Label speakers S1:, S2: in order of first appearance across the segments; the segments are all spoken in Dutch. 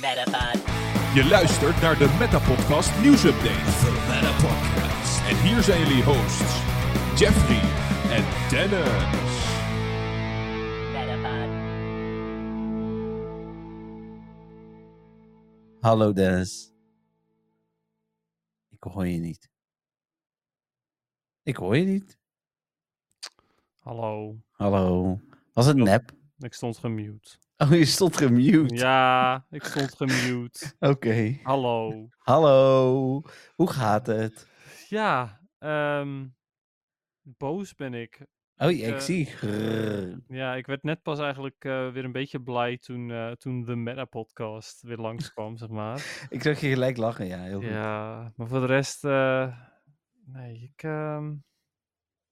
S1: Metapod.
S2: Je luistert naar de Metapodcast nieuwsupdate.
S3: The Meta Podcast.
S2: En hier zijn jullie hosts, Jeffrey en Dennis.
S1: Metapod.
S4: Hallo Dennis. Ik hoor je niet. Ik hoor je niet.
S5: Hallo,
S4: Hallo. Was het
S5: Ja.
S4: nep?
S5: ik stond gemute.
S4: Oh, je stond gemute.
S5: Ja, ik stond gemute.
S4: Oké.
S5: Hallo.
S4: Hallo. Hoe gaat het?
S5: Ja, ehm, boos ben ik.
S4: Oh, ja, ik
S5: Eh,
S4: zie. Grrr.
S5: Ja, ik werd net pas eigenlijk eh, weer een beetje blij toen, eh, toen de Meta-podcast weer langskwam, zeg maar.
S4: Ik zag je gelijk lachen. Ja, heel goed.
S5: Ja, maar voor de rest, eh, nee, ik ehm,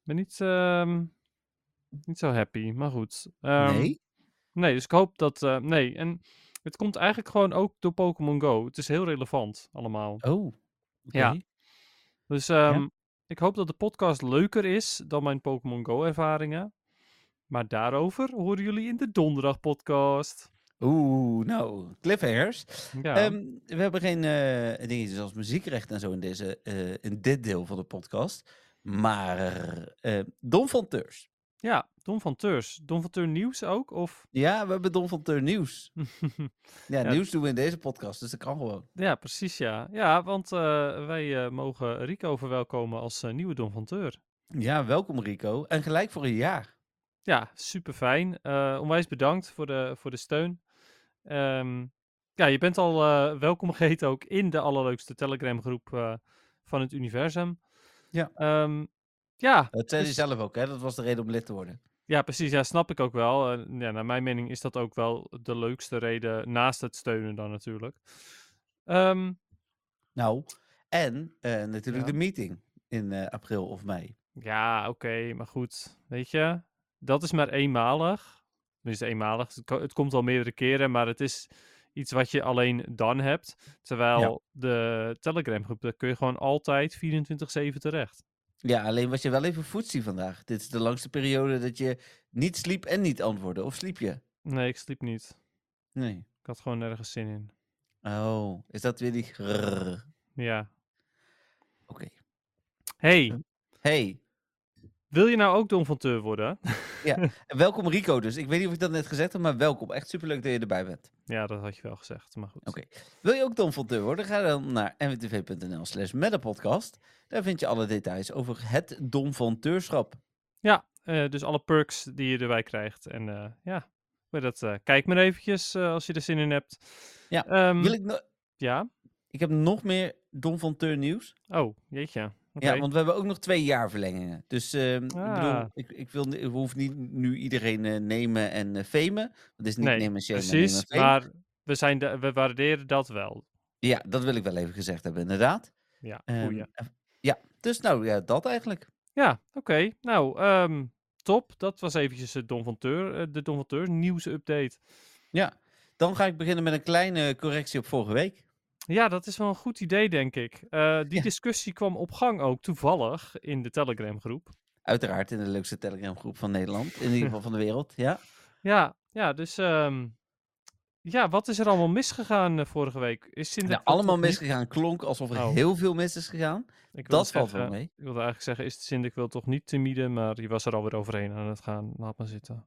S5: ben niet, ehm, niet zo happy. Maar goed. ehm,
S4: nee?
S5: Nee, dus ik hoop dat. eh, nee, en het komt eigenlijk gewoon ook door Pokémon Go. Het is heel relevant allemaal.
S4: Oh. oké.
S5: Ja. Dus ehm, ik hoop dat de podcast leuker is dan mijn Pokémon Go ervaringen. Maar daarover horen jullie in de donderdag podcast.
S4: Oeh, nou, cliffhangers.
S5: Ja,
S4: Ehm, we hebben geen eh dingetjes als muziekrecht en zo in, deze, eh, in dit deel van de podcast. Maar eh Don van Teurs.
S5: ja Don van Teurs. Don van Teur nieuws ook? Of...
S4: Ja, we hebben Don van Teur nieuws. Ja,
S5: Ja.
S4: nieuws doen we in deze podcast, dus dat kan gewoon.
S5: ja, precies ja. Ja, want eh, wij eh, mogen Rico verwelkomen als eh, nieuwe Don van Teur.
S4: Ja, welkom Rico. En gelijk voor een jaar.
S5: Ja, super fijn. Eh, onwijs bedankt voor de, voor de steun. Ehm, ja, je bent al eh, welkom geheten ook in de allerleukste Telegram groep eh, van het universum.
S4: Ja.
S5: Ehm, ja,
S4: Dat zei
S5: Dus-
S4: hij zelf ook, hè? Dat was de reden om lid te worden.
S5: ja, precies. Ja, snap ik ook wel. Eh, ja, naar mijn mening is dat ook wel de leukste reden naast het steunen dan natuurlijk. Ehm,
S4: Nou, en eh, natuurlijk
S5: Ja.
S4: de meeting in eh, april of mei.
S5: ja, oké, maar goed. Weet je, dat is maar eenmalig. Dus eenmalig. Het ko- Het komt al meerdere keren, maar het is iets wat je alleen dan hebt. Terwijl de Telegram groep, daar kun je gewoon altijd 24-7 terecht.
S4: Ja, alleen was je wel even footsie vandaag. Dit is de langste periode dat je niet sliep en niet antwoordde. Of sliep je?
S5: Nee, ik sliep niet.
S4: Nee.
S5: Ik had gewoon nergens zin in.
S4: Oh, is dat weer die... grrrr?
S5: Ja.
S4: Oké. Hm.
S5: Hey,
S4: Hey,
S5: wil je nou ook Don van Teur worden?
S4: en welkom Rico dus. Ik weet niet of ik dat net gezegd heb, maar welkom. Echt superleuk dat je erbij bent.
S5: ja, dat had je wel gezegd, maar goed.
S4: Oké. Wil je ook Don van Teur worden? Ga dan naar mwtv.nl slash metapodcast. Daar vind je alle details over het Don van Teurschap.
S5: Ja, eh, dus alle perks die je erbij krijgt. En eh, ja, maar dat, eh, kijk maar eventjes eh, als je er zin in hebt.
S4: Ja,
S5: Ehm,
S4: Wil ik, no-
S5: ja.
S4: ik heb nog meer Don van Teur nieuws.
S5: Oh, jeetje. Oké.
S4: Ja, want we hebben ook nog twee jaarverlengingen. Dus ehm, ik bedoel,
S5: Ah.
S4: ik, ik, wil, ni- ik hoef niet nu iedereen eh, nemen en eh, famen. Dat is niet
S5: Nee,
S4: nemen en shamen, nemen en
S5: Precies,
S4: famen.
S5: maar we, zijn de, we waarderen dat wel.
S4: Ja, dat wil ik wel even gezegd hebben, inderdaad.
S5: Ja,
S4: Ehm,
S5: goeie.
S4: eh, ja, dus nou ja, dat eigenlijk.
S5: Ja, oké. Nou, ehm, top. Dat was eventjes het Don van Teur, eh, de Don van Teur nieuwsupdate.
S4: Ja, dan ga ik beginnen met een kleine correctie op vorige week.
S5: Ja, dat is wel een goed idee, denk ik. Eh, die
S4: Ja.
S5: discussie kwam op gang ook toevallig in de Telegram groep.
S4: Uiteraard in de leukste telegramgroep van Nederland. In ieder geval van de wereld, ja.
S5: Ja, ja, dus ehm, ja, wat is er allemaal misgegaan eh, vorige week? Is in de
S4: Nou, allemaal misgegaan klonk alsof er
S5: Oh.
S4: heel veel mis is gegaan. dat valt wel mee.
S5: Ik wilde eigenlijk zeggen, is de zin, ik wil toch niet timide, maar je was er alweer overheen aan het gaan. Laat maar zitten.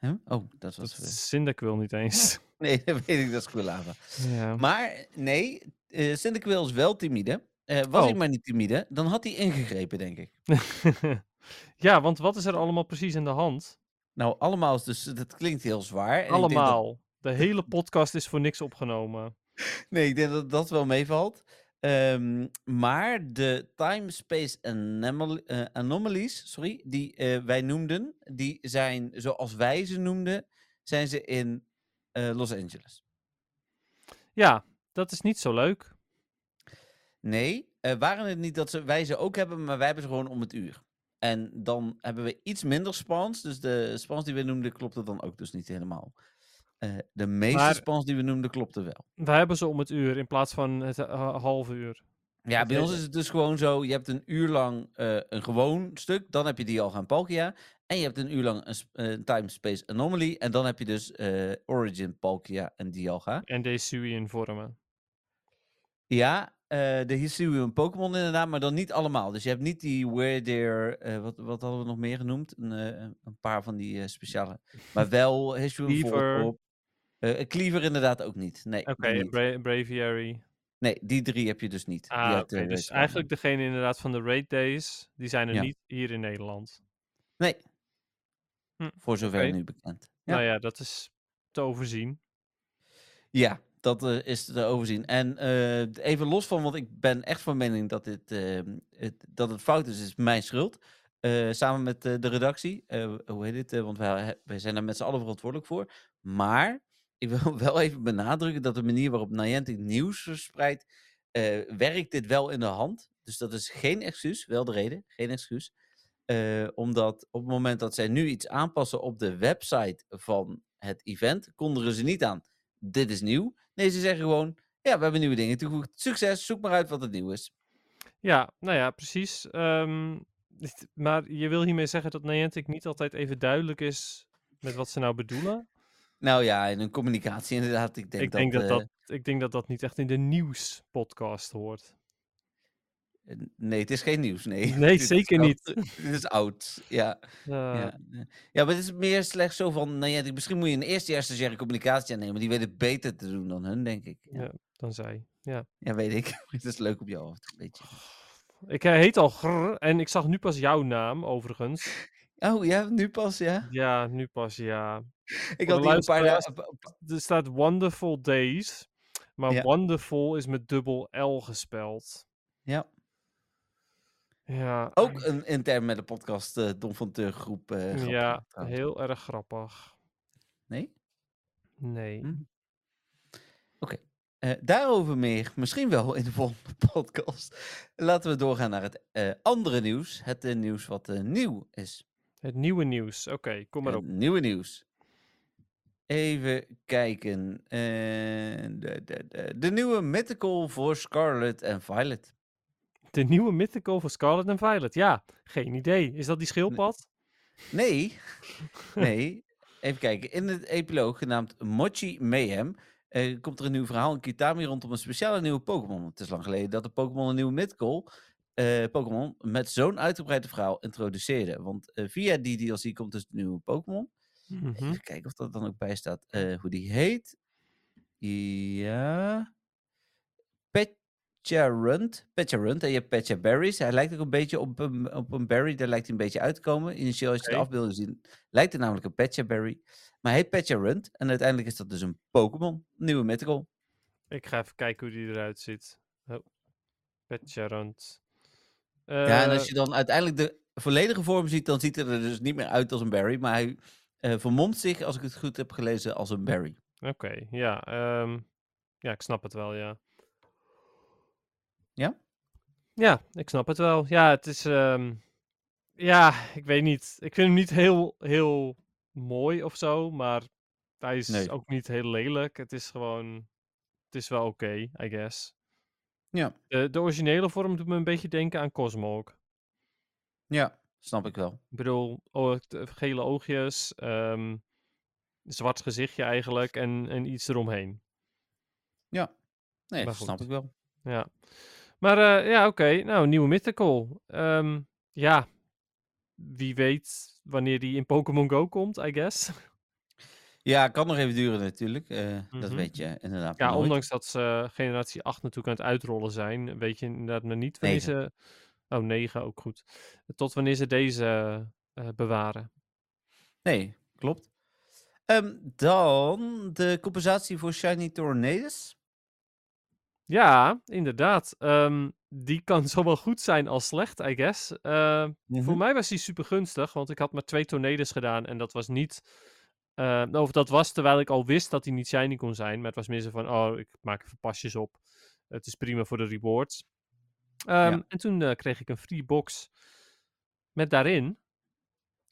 S4: Huh? Oh, dat
S5: Dat
S4: was... eh,
S5: Sindak wil niet eens.
S4: Nee, dat weet ik, dat is Quilava.
S5: Oh. Ja.
S4: Maar nee, eh Sinterklaas is wel timide. Eh, was
S5: Oh.
S4: hij maar niet timide, dan had hij ingegrepen, denk ik.
S5: ja, want wat is er allemaal precies aan de hand?
S4: Nou, allemaal, is dus dat klinkt heel zwaar. en ik denk dat-
S5: Allemaal. De hele podcast is voor niks opgenomen.
S4: nee, ik denk dat dat wel meevalt. Ehm, maar de time, space anomal- eh, anomalies, sorry, die eh, wij noemden, die zijn zoals wij ze noemden, zijn ze in eh, Los Angeles.
S5: Ja, dat is niet zo leuk.
S4: Nee, eh, waren het niet dat ze, wij ze ook hebben, maar wij hebben ze gewoon om het uur. En dan hebben we iets minder spans. Dus de spans die we noemden klopte dan ook dus niet helemaal. Eh, de meeste
S5: Maar-
S4: spans die we noemden klopte wel.
S5: We hebben ze om het uur in plaats van het eh, half uur.
S4: Ja,
S5: Dat
S4: bij
S5: weet
S4: ons
S5: ik.
S4: is het dus gewoon zo: je hebt een uur lang eh, een gewoon stuk, dan heb je die al gaan Palkia. En je hebt een uur lang een sp- eh, Time Space Anomaly. En dan heb je dus eh, Origin, Palkia en Dialga.
S5: En Desuian vormen.
S4: Ja, eh, de Hisuian Pokémon inderdaad, maar dan niet allemaal. Dus je hebt niet die Weirdeer, eh wat, wat hadden we nog meer genoemd? Een, eh, een paar van die eh, speciale. Maar wel Hisuian
S5: Cleaver.
S4: Voltorb. Eh, eh, Cleaver inderdaad ook niet. Nee, die
S5: Oké, en
S4: niet.
S5: Bra- Braviary.
S4: nee, die drie heb je dus niet. Die
S5: Ah,
S4: had,
S5: oké.
S4: eh,
S5: Dus
S4: Rachel.
S5: eigenlijk degene inderdaad van de raid days, die zijn er
S4: Ja.
S5: niet hier in Nederland.
S4: Nee,
S5: Hm,
S4: voor zover
S5: oké.
S4: nu bekend. Ja.
S5: Nou ja, dat is te overzien.
S4: Ja, dat eh, is te overzien. En eh, d- even los van, want ik ben echt van mening dat, dit, eh, het, dat het fout is, is mijn schuld. Eh, samen met eh, de redactie. eh, hoe heet dit? eh, want wij, he- wij zijn daar met z'n allen verantwoordelijk voor. Maar ik wil wel even benadrukken dat de manier waarop Niantic nieuws verspreidt, eh, werkt dit wel in de hand. Dus dat is geen excuus, wel de reden, geen excuus. Eh, omdat op het moment dat zij nu iets aanpassen op de website van het event, kondigen ze niet aan dit is nieuw. Nee, ze zeggen gewoon, ja, we hebben nieuwe dingen toegevoegd. Succes, zoek maar uit wat het nieuw is.
S5: Ja, nou ja, precies. Ehm, dit- maar je wil hiermee zeggen dat Niantic niet altijd even duidelijk is met wat ze nou bedoelen?
S4: Nou ja, in hun communicatie inderdaad. Ik denk,
S5: ik, denk dat
S4: dat, eh,
S5: dat, ik denk dat dat niet echt in de nieuwspodcast hoort.
S4: eh, n- Nee, het is geen nieuws, nee.
S5: Nee,
S4: Dit is
S5: zeker
S4: oud.
S5: niet.
S4: Dit is oud, ja.
S5: Eh,
S4: Ja, ja. ja, maar het is meer slechts zo van, nou ja, misschien moet je een eerstejaars stagiaire communicatie aannemen. Die weet het beter te doen dan hun, denk ik. Ja,
S5: Ja. Dan zij. Ja.
S4: ja weet ik. het is leuk op jou af, een beetje.
S5: Ik eh, heet al Grr en ik zag nu pas jouw naam, overigens.
S4: Oh ja, nu pas, ja.
S5: Ja, nu pas, ja.
S4: Ik
S5: Voor
S4: had
S5: de
S4: hier een paar
S5: luisteraars-
S4: dagen... pa- pa-
S5: er staat Wonderful Days. Maar
S4: Ja.
S5: Wonderful is met dubbel L gespeld.
S4: Ja.
S5: Ja. eh,
S4: Ook een intern met de podcast eh, Don van Teur groep. eh, grapje,
S5: ja,
S4: trouwens.
S5: heel erg grappig.
S4: Nee?
S5: Nee.
S4: Hm. Eh, daarover meer, misschien wel in de volgende podcast. Laten we doorgaan naar het eh, andere nieuws. Het eh, nieuws wat eh, nieuw is.
S5: Het nieuwe nieuws. Oké, kom maar
S4: Het
S5: op.
S4: nieuwe nieuws. Even kijken. Eh, de, de, de, de nieuwe Mythical voor Scarlet en Violet.
S5: De nieuwe Mythical voor Scarlet en Violet. Ja, geen idee. Is dat die schildpad?
S4: Nee, nee. Even kijken. In het epiloog genaamd Mochi Mayhem eh, komt er een nieuw verhaal in Kitami rondom een speciale nieuwe Pokémon. Het is lang geleden dat de Pokémon een nieuwe mythical eh, Pokémon met zo'n uitgebreid verhaal introduceerde. Want eh, via die DLC komt dus de nieuwe Pokémon.
S5: Mhm.
S4: Even kijken of dat dan ook bij staat eh, hoe die heet. Ja. Petcharunt. Petcharunt. En je hebt Petchaberries. Hij lijkt ook een beetje op een, op een berry. Daar lijkt hij een beetje uit te komen. Initieel als je
S5: Oké.
S4: de afbeelding ziet, lijkt het namelijk een Petchaberry. Maar hij heet Petcharunt. En uiteindelijk is dat dus een Pokémon. Nieuwe mythical.
S5: Ik ga even kijken hoe die eruit ziet. Oh. Petjarant.
S4: ja, en
S5: Eh,
S4: als je dan uiteindelijk de volledige vorm ziet, dan ziet hij er dus niet meer uit als een berry. Maar hij eh, vermomt zich, als ik het goed heb gelezen, als
S5: Hm.
S4: een berry.
S5: Oké, ja. ehm, ja, ik snap het wel, ja.
S4: Ja?
S5: Ja, ik snap het wel. Ja, het is... ehm, ja, ik weet niet. Ik vind hem niet heel, heel mooi of zo, maar hij is
S4: Nee.
S5: ook niet heel lelijk. Het is gewoon... Het is wel oké, I guess.
S4: Ja.
S5: De, de originele vorm doet me een beetje denken aan Cosmog.
S4: Ja, snap ik wel.
S5: Ik bedoel, o- t- gele oogjes, ehm, zwart gezichtje eigenlijk en, en iets eromheen.
S4: Ja. Nee,
S5: Maar
S4: dat snap
S5: goed.
S4: ik wel.
S5: Ja. Maar eh, ja, oké. Nou, nieuwe Mythical. Ehm, ja. Wie weet wanneer die in Pokémon Go komt, I guess.
S4: Ja, kan nog even duren natuurlijk. eh, Dat
S5: Mhm.
S4: weet je inderdaad.
S5: Ja,
S4: nooit.
S5: ondanks dat ze eh, generatie 8 natuurlijk aan het uitrollen zijn, weet je inderdaad maar niet wanneer
S4: Negen.
S5: ze... Oh, 9 ook goed. Tot wanneer ze deze eh, bewaren.
S4: Nee, klopt. Ehm, dan de compensatie voor Shiny Tornadoes.
S5: Ja, inderdaad. Ehm, die kan zowel goed zijn als slecht, I guess. Eh,
S4: Hm?
S5: Voor mij was die super gunstig, want ik had maar twee tornado's gedaan en dat was niet. eh, of dat was terwijl ik al wist dat hij niet shiny kon zijn. Maar het was meer zo van: oh, ik maak even pasjes op. Het is prima voor de rewards. Ehm,
S4: Ja.
S5: En toen eh, kreeg ik een free box. Met daarin.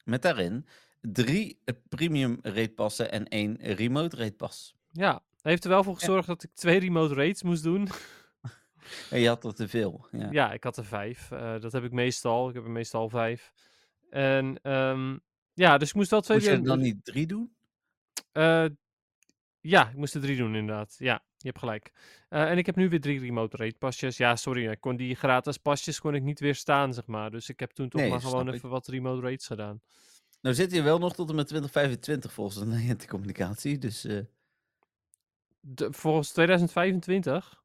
S4: Met daarin drie eh, premium raidpassen en één remote raidpas.
S5: Ja, hij heeft er wel voor gezorgd dat ik twee remote raids moest doen.
S4: En je had er te veel. Ja.
S5: Ja, ik had er vijf. Eh, dat heb ik meestal. Ik heb er meestal vijf. En ehm, ja, dus ik moest wel twee
S4: Moet je er
S5: doen.
S4: dan niet drie doen?
S5: Eh, ja, ik moest er drie doen inderdaad. Ja, je hebt gelijk. Eh, en ik heb nu weer drie remote rate pasjes. Ja, sorry, ik kon die gratis pasjes kon ik niet weerstaan, zeg maar. Dus ik heb toen toch
S4: Nee,
S5: maar
S4: dat
S5: gewoon
S4: snap
S5: even wat remote rates gedaan.
S4: Nou zit je wel nog tot en met 2025 volgens de Nederlandse communicatie. Dus eh,
S5: De- volgens 2025?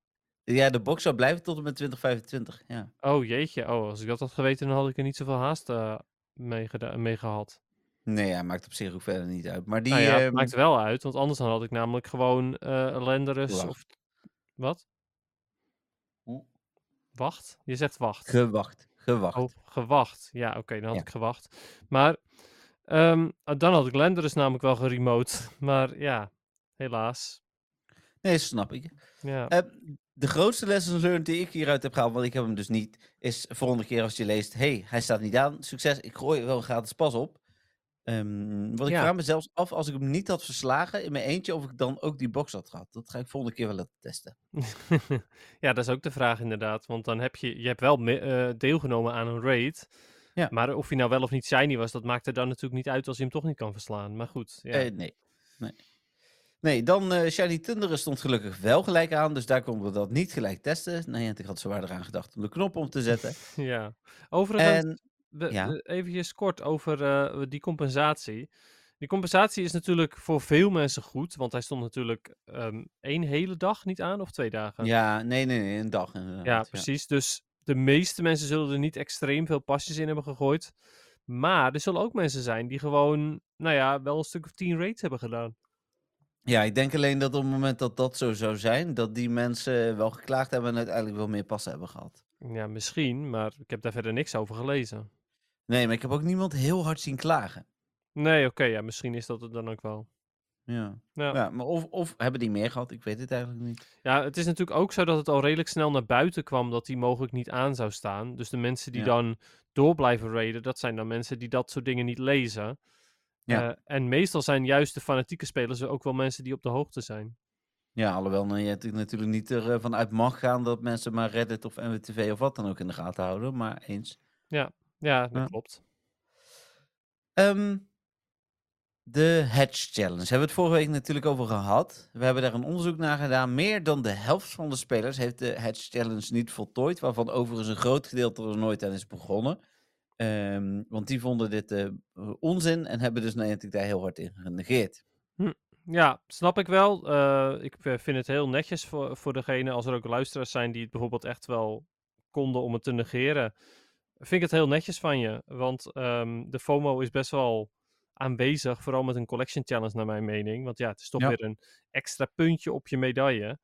S4: ja, de box zou blijven tot en met 2025. Ja.
S5: Oh jeetje, oh, als ik dat had geweten, dan had ik er niet zoveel haast eh, mee, geda- mee gehad.
S4: Nee, ja, maakt op zich ook verder niet uit. Maar die...
S5: nou ja, het
S4: ehm,
S5: maakt wel uit, want anders dan had ik namelijk gewoon eh Lenderus
S4: Wacht.
S5: of... Wat?
S4: Hoe?
S5: Wacht? Je zegt wacht.
S4: Gewacht, gewacht.
S5: Oh, gewacht. Ja, oké, dan had
S4: Ja.
S5: ik gewacht. Maar ehm, ah, dan had ik Lenderus namelijk wel geremote. Maar ja, helaas.
S4: Nee, snap ik.
S5: Ja,
S4: Eh, de grootste lesson learned die ik hieruit heb gehaald, want ik heb hem dus niet, is volgende keer als je leest, hey, hij staat niet aan, succes, ik gooi er wel een gratis pas op. Ehm want ik
S5: Ja.
S4: vraag me zelfs af, als ik hem niet had verslagen in mijn eentje, of ik dan ook die box had gehad. Dat ga ik volgende keer wel laten testen. Eh.
S5: ja, dat is ook de vraag inderdaad. Want dan heb je, je hebt wel me- eh, deelgenomen aan een raid.
S4: Ja.
S5: Maar of hij nou wel of niet shiny was, dat maakt er dan natuurlijk niet uit als je hem toch niet kan verslaan. Maar goed, ja.
S4: Eh, nee. nee. Nee, dan eh Shiny Tunderen stond gelukkig wel gelijk aan, dus daar konden we dat niet gelijk testen. Nee, want ik had zwaar eraan gedacht om de knop om te zetten.
S5: ja. Overigens,
S4: en
S5: we,
S4: Ja.
S5: we- eventjes kort over eh, die compensatie. Die compensatie is natuurlijk voor veel mensen goed, want hij stond natuurlijk ehm één hele dag niet aan of twee dagen.
S4: ja, nee, nee, nee, een dag inderdaad.
S5: Ja, precies. Dus de meeste mensen zullen er niet extreem veel pasjes in hebben gegooid. Maar er zullen ook mensen zijn die gewoon, nou ja, wel een stuk of tien raids hebben gedaan.
S4: Ja, ik denk alleen dat op het moment dat dat zo zou zijn, dat die mensen wel geklaagd hebben en uiteindelijk wel meer passen hebben gehad.
S5: Ja, misschien, maar ik heb daar verder niks over gelezen.
S4: Nee, maar ik heb ook niemand heel hard zien klagen.
S5: Nee, oké, ja, misschien is dat het dan ook wel.
S4: Ja.
S5: Ja.
S4: Ja. maar of, of hebben die meer gehad? Ik weet het eigenlijk niet.
S5: Ja, het is natuurlijk ook zo dat het al redelijk snel naar buiten kwam dat die mogelijk niet aan zou staan. Dus de mensen die
S4: Ja.
S5: dan door blijven raiden, dat zijn dan mensen die dat soort dingen niet lezen.
S4: Ja.
S5: Eh, en meestal zijn juist de fanatieke spelers ook wel mensen die op de hoogte zijn.
S4: Ja, alhoewel nou, je het natuurlijk niet ervan uit mag gaan dat mensen maar Reddit of NWTV of wat dan ook in de gaten houden, maar eens.
S5: Ja, dat
S4: Ja.
S5: klopt.
S4: Ehm, de Hedge Challenge. Hebben we het vorige week natuurlijk over gehad. We hebben daar een onderzoek naar gedaan. Meer dan de helft van de spelers heeft de Hedge Challenge niet voltooid. Waarvan overigens een groot gedeelte er nooit aan is begonnen. Ehm, want die vonden dit eh, onzin en hebben dus Niantic daar heel hard in genegeerd.
S5: Ja, snap ik wel. Eh, ik eh, vind het heel netjes voor, voor degene, als er ook luisteraars zijn die het bijvoorbeeld echt wel konden om het te negeren. Vind ik het heel netjes van je, want ehm, de FOMO is best wel aanwezig, vooral met een collection challenge naar mijn mening. Want ja, het is toch
S4: Ja.
S5: weer een extra puntje op je medaille.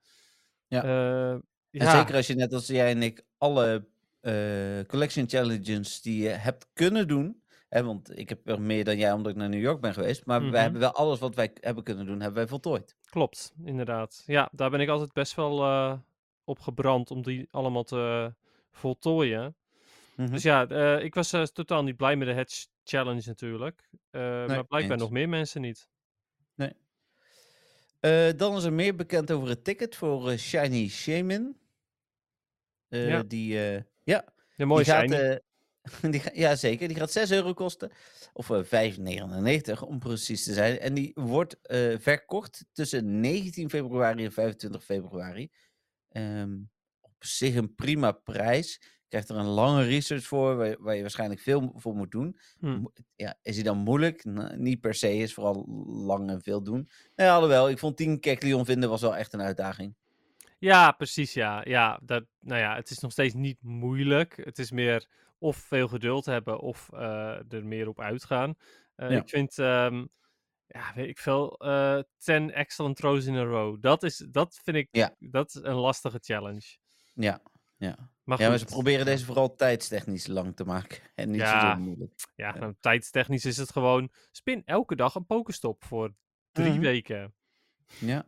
S4: Ja.
S5: Eh,
S4: En
S5: ja,
S4: zeker als je net als jij en ik alle eh, collection challenges die je hebt kunnen doen. Hè, want ik heb er meer dan jij omdat ik naar New York ben geweest. Maar
S5: Mhm.
S4: wij hebben wel alles wat wij k- hebben kunnen doen, hebben wij voltooid.
S5: klopt, inderdaad. Ja, daar ben ik altijd best wel eh, op gebrand om die allemaal te voltooien.
S4: Mhm.
S5: Dus ja, eh, ik was eh, totaal niet blij met de Hedge Challenge natuurlijk. Eh, maar blijkbaar
S4: eens.
S5: nog meer mensen niet.
S4: Eh, dan is er meer bekend over het ticket voor eh, Shiny Shaman. Eh,
S5: Ja.
S4: Die, eh, ja,
S5: Ja,
S4: die
S5: mooi
S4: gaat,
S5: zijn.
S4: eh, die, ga- ja, zeker. Die gaat 6 euro kosten. Of eh, 5,99 om precies te zijn. En die wordt eh, verkocht tussen 19 februari en 25 februari. Ehm, op zich een prima prijs. Je krijgt er een lange research voor, waar, waar je waarschijnlijk veel mo- voor moet doen.
S5: Hm.
S4: mo- Ja, is die dan moeilijk? Nou, niet per se, is vooral lang en veel doen. Nee, alhoewel, ik vond 10 Keklion vinden was wel echt een uitdaging.
S5: Ja, precies. Ja, ja dat, nou ja, het is nog steeds niet moeilijk. Het is meer of veel geduld hebben of eh, er meer op uitgaan. Eh,
S4: Ja.
S5: Ik vind, ehm, ja, weet ik veel, eh 10 excellent throws in a row. Dat, is, dat vind ik,
S4: Ja.
S5: dat is een lastige challenge.
S4: Ja, ja.
S5: Maar
S4: ja maar ze
S5: goed.
S4: proberen deze vooral tijdstechnisch lang te maken. En niet
S5: Ja.
S4: zo moeilijk.
S5: Ja,
S4: Ja.
S5: nou, tijdstechnisch is het gewoon spin elke dag een pokestop voor drie
S4: Mhm.
S5: weken.
S4: Ja.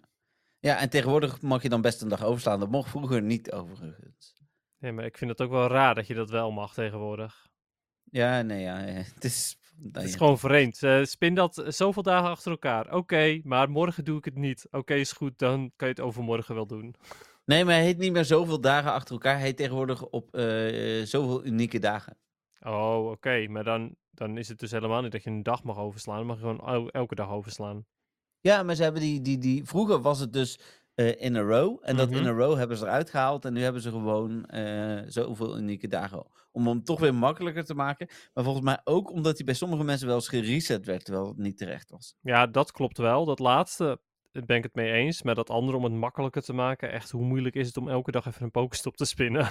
S4: ja, en tegenwoordig mag je dan best een dag overslaan. Dat mocht vroeger niet, overigens.
S5: Nee, maar ik vind het ook wel raar dat je dat wel mag tegenwoordig.
S4: Ja, nee, ja. ja, Het is, nou
S5: Het is
S4: ja.
S5: gewoon vreemd. Eh, spin dat eh, zoveel dagen achter elkaar. Oké, maar morgen doe ik het niet. Oké, is goed, dan kan je het overmorgen wel doen.
S4: Nee, maar hij heet niet meer zoveel dagen achter elkaar. Hij heet tegenwoordig op eh, zoveel unieke dagen.
S5: Oh, oké. Maar dan, dan is het dus helemaal niet dat je een dag mag overslaan. Dan mag je gewoon el- elke dag overslaan.
S4: Ja, maar ze hebben die, die, die... Vroeger was het dus eh, in a row. En dat in
S5: Mhm.
S4: a row hebben ze eruit gehaald. En nu hebben ze gewoon eh, zoveel unieke dagen. Om hem toch weer makkelijker te maken. Maar volgens mij ook omdat hij bij sommige mensen wel eens gereset werd. Terwijl het niet terecht was.
S5: Ja, dat klopt wel. Dat laatste eh, ben ik het mee eens. Maar dat andere om het makkelijker te maken. Echt, hoe moeilijk is het om elke dag even een pokestop te spinnen?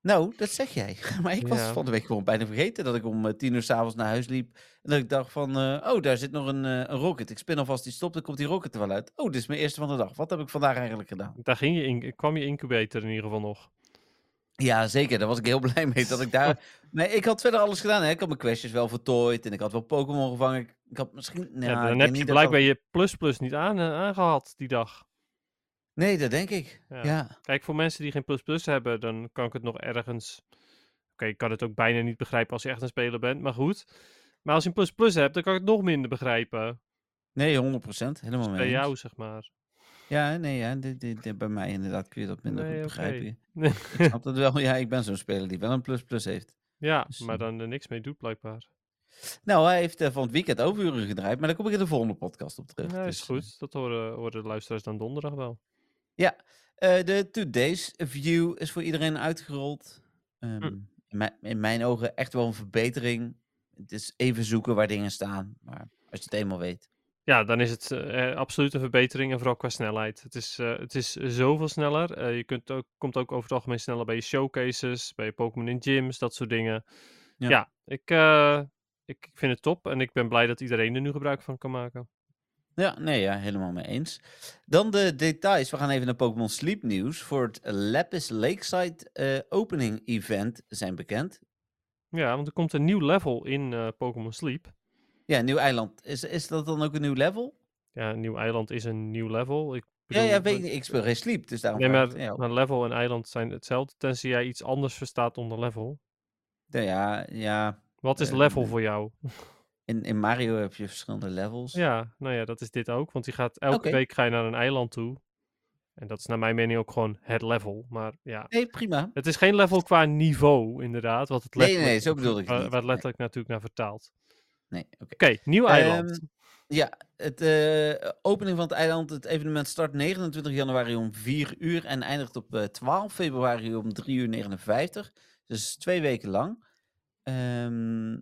S4: Nou, dat zeg jij. Maar ik was
S5: Ja.
S4: van de week gewoon bijna vergeten dat ik om eh, tien uur s'avonds naar huis liep. En dat ik dacht van, eh, oh, daar zit nog een, eh, een rocket. Ik spin alvast die stop, dan komt die rocket er wel uit. Oh, dit is mijn eerste van de dag. Wat heb ik vandaag eigenlijk gedaan?
S5: Daar ging je in, eh, kwam je incubator in ieder geval nog.
S4: Ja, zeker. Daar was ik heel blij mee dat ik daar... Nee, ik had verder alles gedaan. Hè. Ik had mijn questjes wel voltooid en ik had wel Pokémon gevangen. Ik, ik had misschien...
S5: Ja,
S4: Nou, ik
S5: dan
S4: denk
S5: heb
S4: niet
S5: je
S4: dat dat-
S5: blijkbaar je plus plus niet aan, eh, aangehad die dag.
S4: Nee, dat denk ik.
S5: Ja.
S4: ja.
S5: Kijk, voor mensen die geen plus plus hebben, dan kan ik het nog ergens. Oké, ik kan het ook bijna niet begrijpen als je echt een speler bent, maar goed. Maar als je een plus plus hebt, dan kan ik het nog minder begrijpen.
S4: Nee, 100 Helemaal mee.
S5: Bij
S4: eens.
S5: jou, zeg maar.
S4: Ja, nee, ja, dit, dit, dit- bij mij inderdaad kun je dat minder
S5: Nee,
S4: goed
S5: oké.
S4: begrijpen. Ik snap dat wel. Ja, ik ben zo'n speler die wel een plus-plus heeft.
S5: ja,
S4: Dus,
S5: maar
S4: eh,
S5: dan er niks mee doet, blijkbaar.
S4: Nou, hij heeft eh, van het weekend overuren gedraaid, maar daar kom ik in de volgende podcast op terug.
S5: Ja,
S4: dus,
S5: is goed. Dat horen, horen de luisteraars dan donderdag wel.
S4: eh, eh, de Today's View is voor iedereen uitgerold. Ehm,
S5: Hm.
S4: in, mijn, in mijn ogen echt wel een verbetering. Het is even zoeken waar dingen staan, maar als je het eenmaal weet.
S5: Ja, dan is het eh, eh, absoluut een verbetering en vooral qua snelheid. Het is, eh, het is zoveel sneller. Eh, je kunt ook, komt ook over het algemeen sneller bij je showcases, bij je Pokémon in gyms, dat soort dingen.
S4: Ja.
S5: Ja, ik, eh, ik vind het top en ik ben blij dat iedereen er nu gebruik van kan maken.
S4: Ja, nee, ja, helemaal mee eens. Dan de details. We gaan even naar Pokémon Sleep nieuws. Voor het Lapis Lakeside eh, opening event zijn bekend.
S5: Ja, want er komt een nieuw level in eh, Pokémon Sleep.
S4: Ja, Nieuw Eiland. Is, is dat dan ook een nieuw level?
S5: Ja, een nieuw eiland is een nieuw level. Ik
S4: Ja,
S5: bedoel,
S4: ja, weet
S5: we-
S4: ik, niet. ik speel geen Sleep, dus daarom...
S5: Nee,
S4: vraag ik
S5: maar,
S4: het. ja,
S5: maar level en eiland zijn hetzelfde, tenzij jij iets anders verstaat onder level.
S4: nou ja, ja,
S5: Wat is
S4: Eh,
S5: level voor jou?
S4: In, in Mario heb je verschillende levels.
S5: Ja, nou ja, dat is dit ook. Want die gaat elke
S4: Oké.
S5: week ga je naar een eiland toe. En dat is naar mijn mening ook gewoon het level. Maar ja,
S4: Nee, prima.
S5: het is geen level qua niveau inderdaad. Wat het
S4: Nee,
S5: letterlijk-
S4: nee, zo bedoelde ik het
S5: wa-
S4: niet.
S5: Wat
S4: Nee.
S5: letterlijk natuurlijk naar vertaalt.
S4: Nee, oké.
S5: Oké, nieuw eiland.
S4: Ehm, ja, het eh, opening van het eiland. Het evenement start 29 januari om 4 uur en eindigt op eh, 12 februari om 3 uur 59. Dus twee weken lang. Ehm,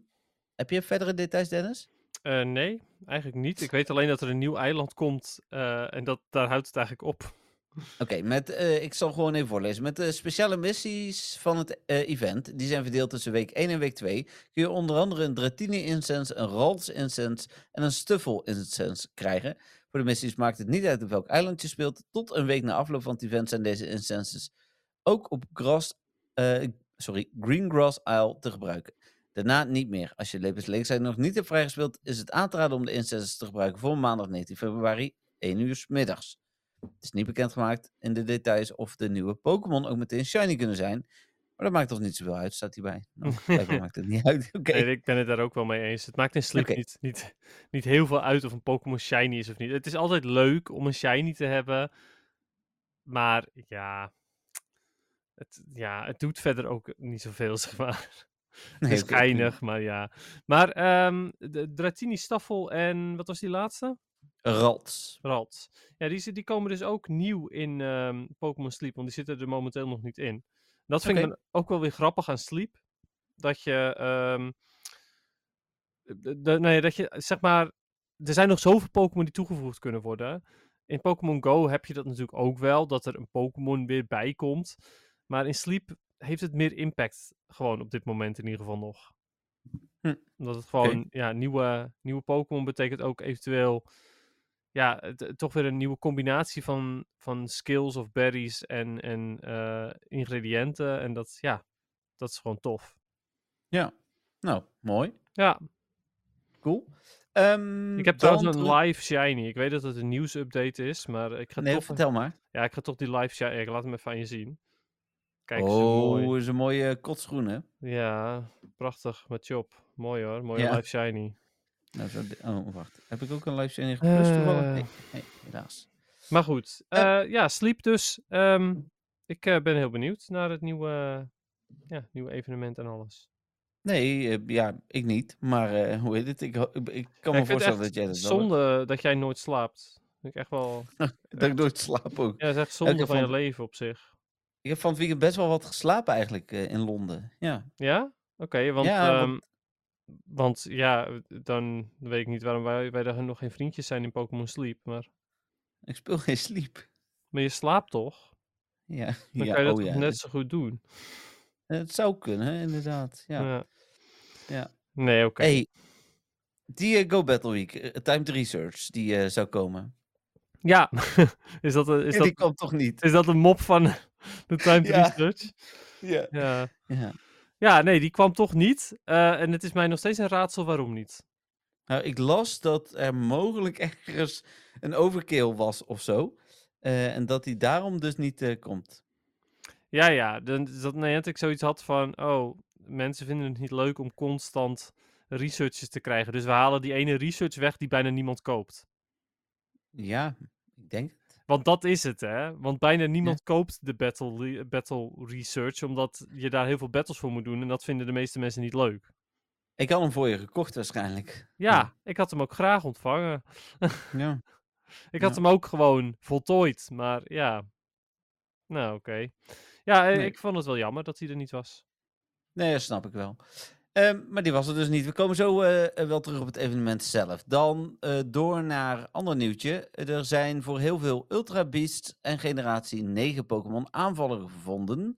S4: heb je verdere details, Dennis?
S5: Eh, nee, eigenlijk niet. Ik weet alleen dat er een nieuw eiland komt. eh, en dat, daar houdt het eigenlijk op.
S4: Oké, met eh, ik zal gewoon even voorlezen. Met de speciale missies van het eh, event, die zijn verdeeld tussen week 1 en week 2, kun je onder andere een Dratini incense, een Rals incense en een Stuffel incense krijgen. Voor de missies maakt het niet uit op welk eiland je speelt. Tot een week na afloop van het event zijn deze incenses ook op gras, eh, sorry, Greengrass Isle te gebruiken. Daarna niet meer. Als je Lepers Lakeside nog niet hebt vrijgespeeld, is het aan te raden om de incenses te gebruiken voor maandag 19 februari, 1 uur 's middags. Het is niet bekendgemaakt in de details of de nieuwe Pokémon ook meteen shiny kunnen zijn. Maar dat maakt toch niet zoveel uit, staat hierbij. Nou, blijkbaar maakt het niet uit. Oké.
S5: Nee, ik ben het daar ook wel mee eens. Het maakt in Sleep
S4: Oké.
S5: niet, niet, niet heel veel uit of een Pokémon shiny is of niet. Het is altijd leuk om een shiny te hebben. Maar ja, het, ja, het doet verder ook niet zoveel, zeg maar.
S4: Nee,
S5: het is
S4: oké, prima.
S5: geinig, maar ja. Maar ehm, de Dratini, Staffel en wat was die laatste?
S4: Ralts.
S5: Ralt. Ja, die, zi- die komen dus ook nieuw in ehm, Pokémon Sleep, want die zitten er momenteel nog niet in. Dat vind ik
S4: Oké.
S5: dan ook wel weer grappig aan Sleep. Dat je, ehm, de- de- nee, dat je, zeg maar, er zijn nog zoveel Pokémon die toegevoegd kunnen worden. In Pokémon Go heb je dat natuurlijk ook wel, dat er een Pokémon weer bij komt. Maar in Sleep heeft het meer impact, gewoon op dit moment in ieder geval nog.
S4: Hm.
S5: Omdat het gewoon, ja, nieuwe, nieuwe Pokémon betekent ook eventueel ja, het- eh, toch weer een nieuwe combinatie van, van skills of berries en, en eh, ingrediënten. En dat, ja, dat is gewoon tof.
S4: Ja. Nou, mooi.
S5: Ja,
S4: Cool. Ehm,
S5: ik heb
S4: dan
S5: trouwens
S4: terug-
S5: een live shiny. Ik weet dat het een nieuwsupdate is, maar ik ga,
S4: Nee,
S5: toch,
S4: vertel maar.
S5: ja, ik ga toch die live shiny... Ik laat hem even aan je zien. Kijk, zo
S4: oh,
S5: mooi.
S4: is een mooie kotsgroen, hè?
S5: Ja, prachtig met Chop. Mooi hoor, mooie
S4: Ja.
S5: live shiny.
S4: Nou, zo- oh, wacht. Heb ik ook een live shiny geplust toevallig? Nee,
S5: Eh.
S4: nee, helaas.
S5: Maar goed, eh, ja, Sleep dus. Ehm, ik eh, ben heel benieuwd naar het nieuwe, ja, nieuwe evenement en alles.
S4: Nee, eh, ja, ik niet. Maar eh, hoe heet het? Ik, ho- ik, ik kan me
S5: Ja, ik vind het
S4: voorstellen
S5: echt
S4: dat jij dat wel-
S5: zonde dat jij nooit slaapt. Vind ik echt wel...
S4: Dat ik nooit slaap ook.
S5: Ja, dat is echt
S4: ik
S5: zonde
S4: heb
S5: van je
S4: van-
S5: leven op zich.
S4: Ik heb van het weekend best wel wat geslapen eigenlijk eh, in Londen. Ja.
S5: Ja? Oké, want...
S4: Ja,
S5: Ja,
S4: want-
S5: want ja, dan weet ik niet waarom wij, wij daar nog geen vriendjes zijn in Pokémon Sleep. Maar,
S4: Ik speel geen sleep.
S5: maar je slaapt toch?
S4: Ja.
S5: Dan
S4: ja,
S5: kan je dat
S4: oh
S5: toch
S4: ja.
S5: net zo goed doen?
S4: Het zou kunnen, inderdaad. Ja. Ja.
S5: Nee, oké.
S4: Hey, die eh, Go Battle Week, eh, Timed Research, die eh, zou komen.
S5: Ja, is dat, een- is,
S4: Is
S5: dat,
S4: Die kwam toch niet?
S5: is dat een mop van de Time
S4: Ja.
S5: Research?
S4: Ja.
S5: Ja.
S4: Ja.
S5: ja, nee, die kwam toch niet. eh, en het is mij nog steeds een raadsel waarom niet.
S4: Nou, ik las dat er mogelijk ergens een overkill was of zo. eh, en dat die daarom dus niet eh, komt.
S5: Ja, ja, dan is dat net ik zoiets had van, oh, mensen vinden het niet leuk om constant researches te krijgen. Dus we halen die ene research weg die bijna niemand koopt.
S4: Ja, ik denk.
S5: Want dat is het, hè? Want bijna niemand koopt de battle, re- battle research, omdat je daar heel veel battles voor moet doen. En dat vinden de meeste mensen niet leuk.
S4: Ik had hem voor je gekocht waarschijnlijk.
S5: Ja, ik had hem ook graag ontvangen.
S4: Ja.
S5: Ik had
S4: Ja.
S5: hem ook gewoon voltooid, maar ja. Nou, oké. Ja, eh,
S4: Nee.
S5: ik vond het wel jammer dat hij er niet was.
S4: Nee, dat snap ik wel. Ehm, maar die was er dus niet. We komen zo eh, eh, wel terug op het evenement zelf. Dan eh, door naar ander nieuwtje. Er zijn voor heel veel Ultra Beasts en generatie 9 Pokémon aanvallen gevonden.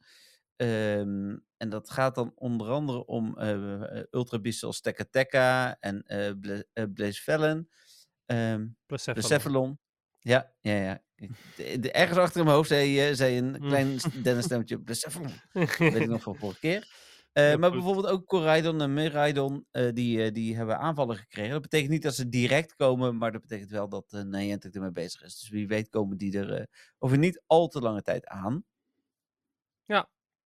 S4: Ehm, en dat gaat dan onder andere om eh, eh, Ultra Beasts zoals Tekka Tekka en eh Bla eh, Blacephalon. Ehm,
S5: Blacephalon.
S4: Blacephalon. Ja, ja, ja. Ik- de- de- ergens achter in mijn hoofd zei, eh, zei een
S5: Mm.
S4: klein s- Dennis stemmetje Blacephalon. Weet ik nog van vorige keer. Eh,
S5: Heel
S4: maar
S5: goed.
S4: bijvoorbeeld ook Coraidon en Miraidon, eh, die, eh, die hebben aanvallen gekregen. Dat betekent niet dat ze direct komen, maar dat betekent wel dat eh Niantic ermee bezig is. Dus wie weet komen die er eh, over niet al te lange tijd aan.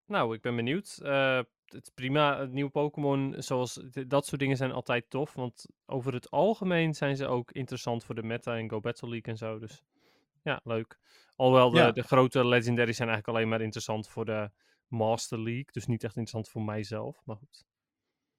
S5: Nou, ik ben benieuwd. Eh, het is prima. Het nieuwe Pokémon, zoals d- dat soort dingen zijn altijd tof. Want over het algemeen zijn ze ook interessant voor de meta en Go Battle League en zo. Dus ja, leuk. Alhoewel de,
S4: Ja.
S5: de grote legendaries zijn eigenlijk alleen maar interessant voor de Master League. Dus niet echt interessant voor mijzelf. Maar goed.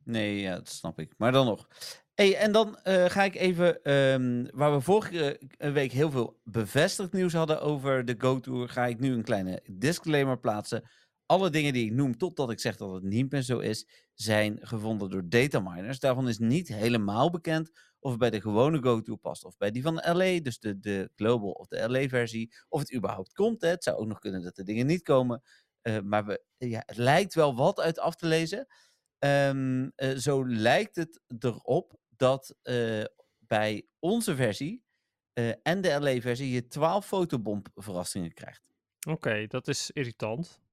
S4: Nee, ja, dat snap ik. Maar dan nog. Hey, en dan eh, ga ik even, ehm, waar we vorige eh, week heel veel bevestigd nieuws hadden over de Go-Tour, ga ik nu een kleine disclaimer plaatsen. Alle dingen die ik noem, totdat ik zeg dat het niet meer zo is, zijn gevonden door dataminers. Daarvan is niet helemaal bekend of het bij de gewone Go-Tour past of bij die van de LA, dus de, de Global of de LA-versie, of het überhaupt komt. Hè. Het zou ook nog kunnen dat de dingen niet komen, eh, maar we, ja, het lijkt wel wat uit af te lezen. Ehm, eh, zo lijkt het erop dat eh, bij onze versie eh, en de LA-versie je 12 fotobomb-verrassingen krijgt.
S5: Oké, dat is irritant.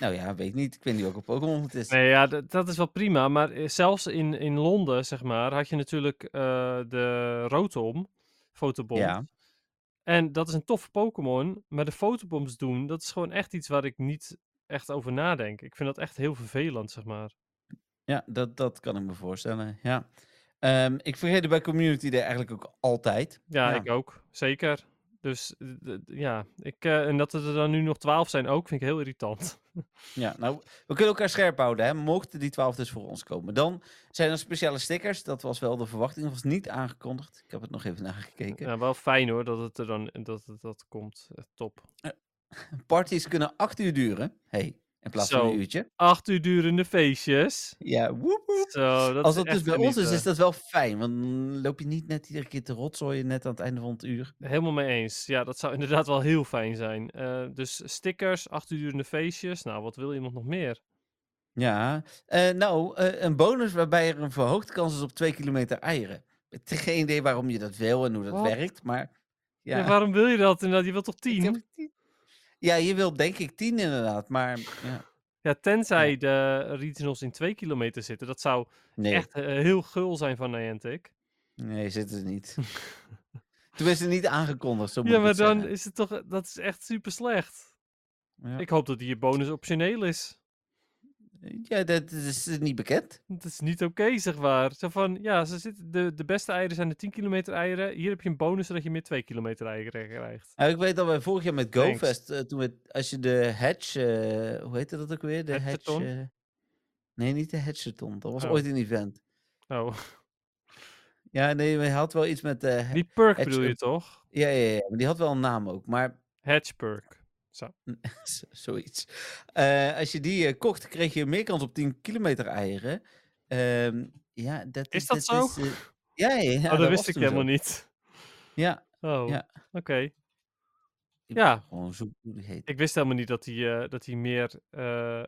S4: Nou ja, weet ik niet. Ik weet niet welke Pokémon het is.
S5: Nee, ja, dat, dat is wel prima. Maar eh, zelfs in, in Londen, zeg maar, had je natuurlijk eh, de Rotom, Fotobomb.
S4: Ja.
S5: En dat is een toffe Pokémon. Maar de Fotobombs doen, dat is gewoon echt iets waar ik niet echt over nadenk. Ik vind dat echt heel vervelend, zeg maar.
S4: Ja, dat, dat kan ik me voorstellen. Ja. Ehm, ik vergeet het bij Community Day eigenlijk ook altijd.
S5: Ja,
S4: Ja.
S5: ik ook. Zeker. Dus eh, d- d- ja, ik, eh, en dat er dan nu nog twaalf zijn ook, vind ik heel irritant.
S4: Ja, nou, we kunnen elkaar scherp houden, hè. Mochten die 12 dus voor ons komen. Dan zijn er speciale stickers. Dat was wel de verwachting. Dat was niet aangekondigd. Ik heb het nog even nagekeken.
S5: Ja, wel fijn hoor, dat het er dan dat, dat, dat komt. Eh, Top.
S4: Parties kunnen 8 uur duren. hey, in plaats van
S5: Zo.
S4: een uurtje.
S5: Acht uur durende feestjes.
S4: Ja, woep woep.
S5: Zo, dat
S4: Als
S5: is
S4: dat dus
S5: echt eh,
S4: bij ons is,
S5: genieten.
S4: is dat wel fijn. Want dan loop je niet net iedere keer te rotzooien net aan het einde van het uur.
S5: Helemaal mee eens. Ja, dat zou inderdaad wel heel fijn zijn. Eh, dus stickers, acht uur durende feestjes. Nou, wat wil iemand nog meer?
S4: Ja. Eh, nou, eh, een bonus waarbij er een verhoogde kans is op twee kilometer eieren. Ik heb geen idee waarom je dat wil en hoe dat
S5: Wat?
S4: werkt, maar...
S5: Ja.
S4: Ja,
S5: waarom wil je dat? Inderdaad, je wilt toch
S4: ik heb
S5: tien?
S4: tien. Ja, je wilt denk ik tien inderdaad, maar... Ja.
S5: Ja, tenzij de regionals in twee kilometer zitten. Dat zou
S4: Nee,
S5: echt eh, heel gul zijn van Niantic.
S4: nee, zit het niet. Tenminste, niet aangekondigd, zo moet
S5: Ja,
S4: ik
S5: maar
S4: het
S5: dan
S4: zeggen.
S5: is het toch... Dat is echt super slecht.
S4: Ja.
S5: Ik hoop dat die bonus optioneel is.
S4: Ja, dat is niet bekend.
S5: Dat is niet oké, zeg maar. Zo van, ja, ze zitten, de, de beste eieren zijn de 10 kilometer eieren. Hier heb je een bonus zodat je meer 2 kilometer eieren krijgt.
S4: Nou, ik weet dat wij vorig jaar met
S5: Thanks.
S4: GoFest, eh, toen we, als je de hatch, eh, hoe heette dat ook weer? De hatch.
S5: Hatchathon?
S4: eh, nee, niet de hatchathon. Dat was
S5: Oh.
S4: ooit een event.
S5: Oh,
S4: Ja, nee, maar hij had wel iets met. eh, ha-
S5: die perk
S4: Hatch-
S5: bedoel je toch?
S4: ja, ja, ja, maar die had wel een naam ook, maar
S5: Hatch perk.
S4: z- zoiets. Eh, als je die eh, kocht, kreeg je meer kans op 10 kilometer eieren. Ehm, ja, dat
S5: Is dat zo?
S4: is, eh, ja, ja, ja,
S5: oh, dat
S4: was
S5: wist ik
S4: toen zo.
S5: helemaal niet.
S4: Ja,
S5: Oh,
S4: Ja.
S5: oké. Ja.
S4: Gewoon zo hoe die heet.
S5: Ik wist helemaal niet dat hij, eh, dat hij meer... eh,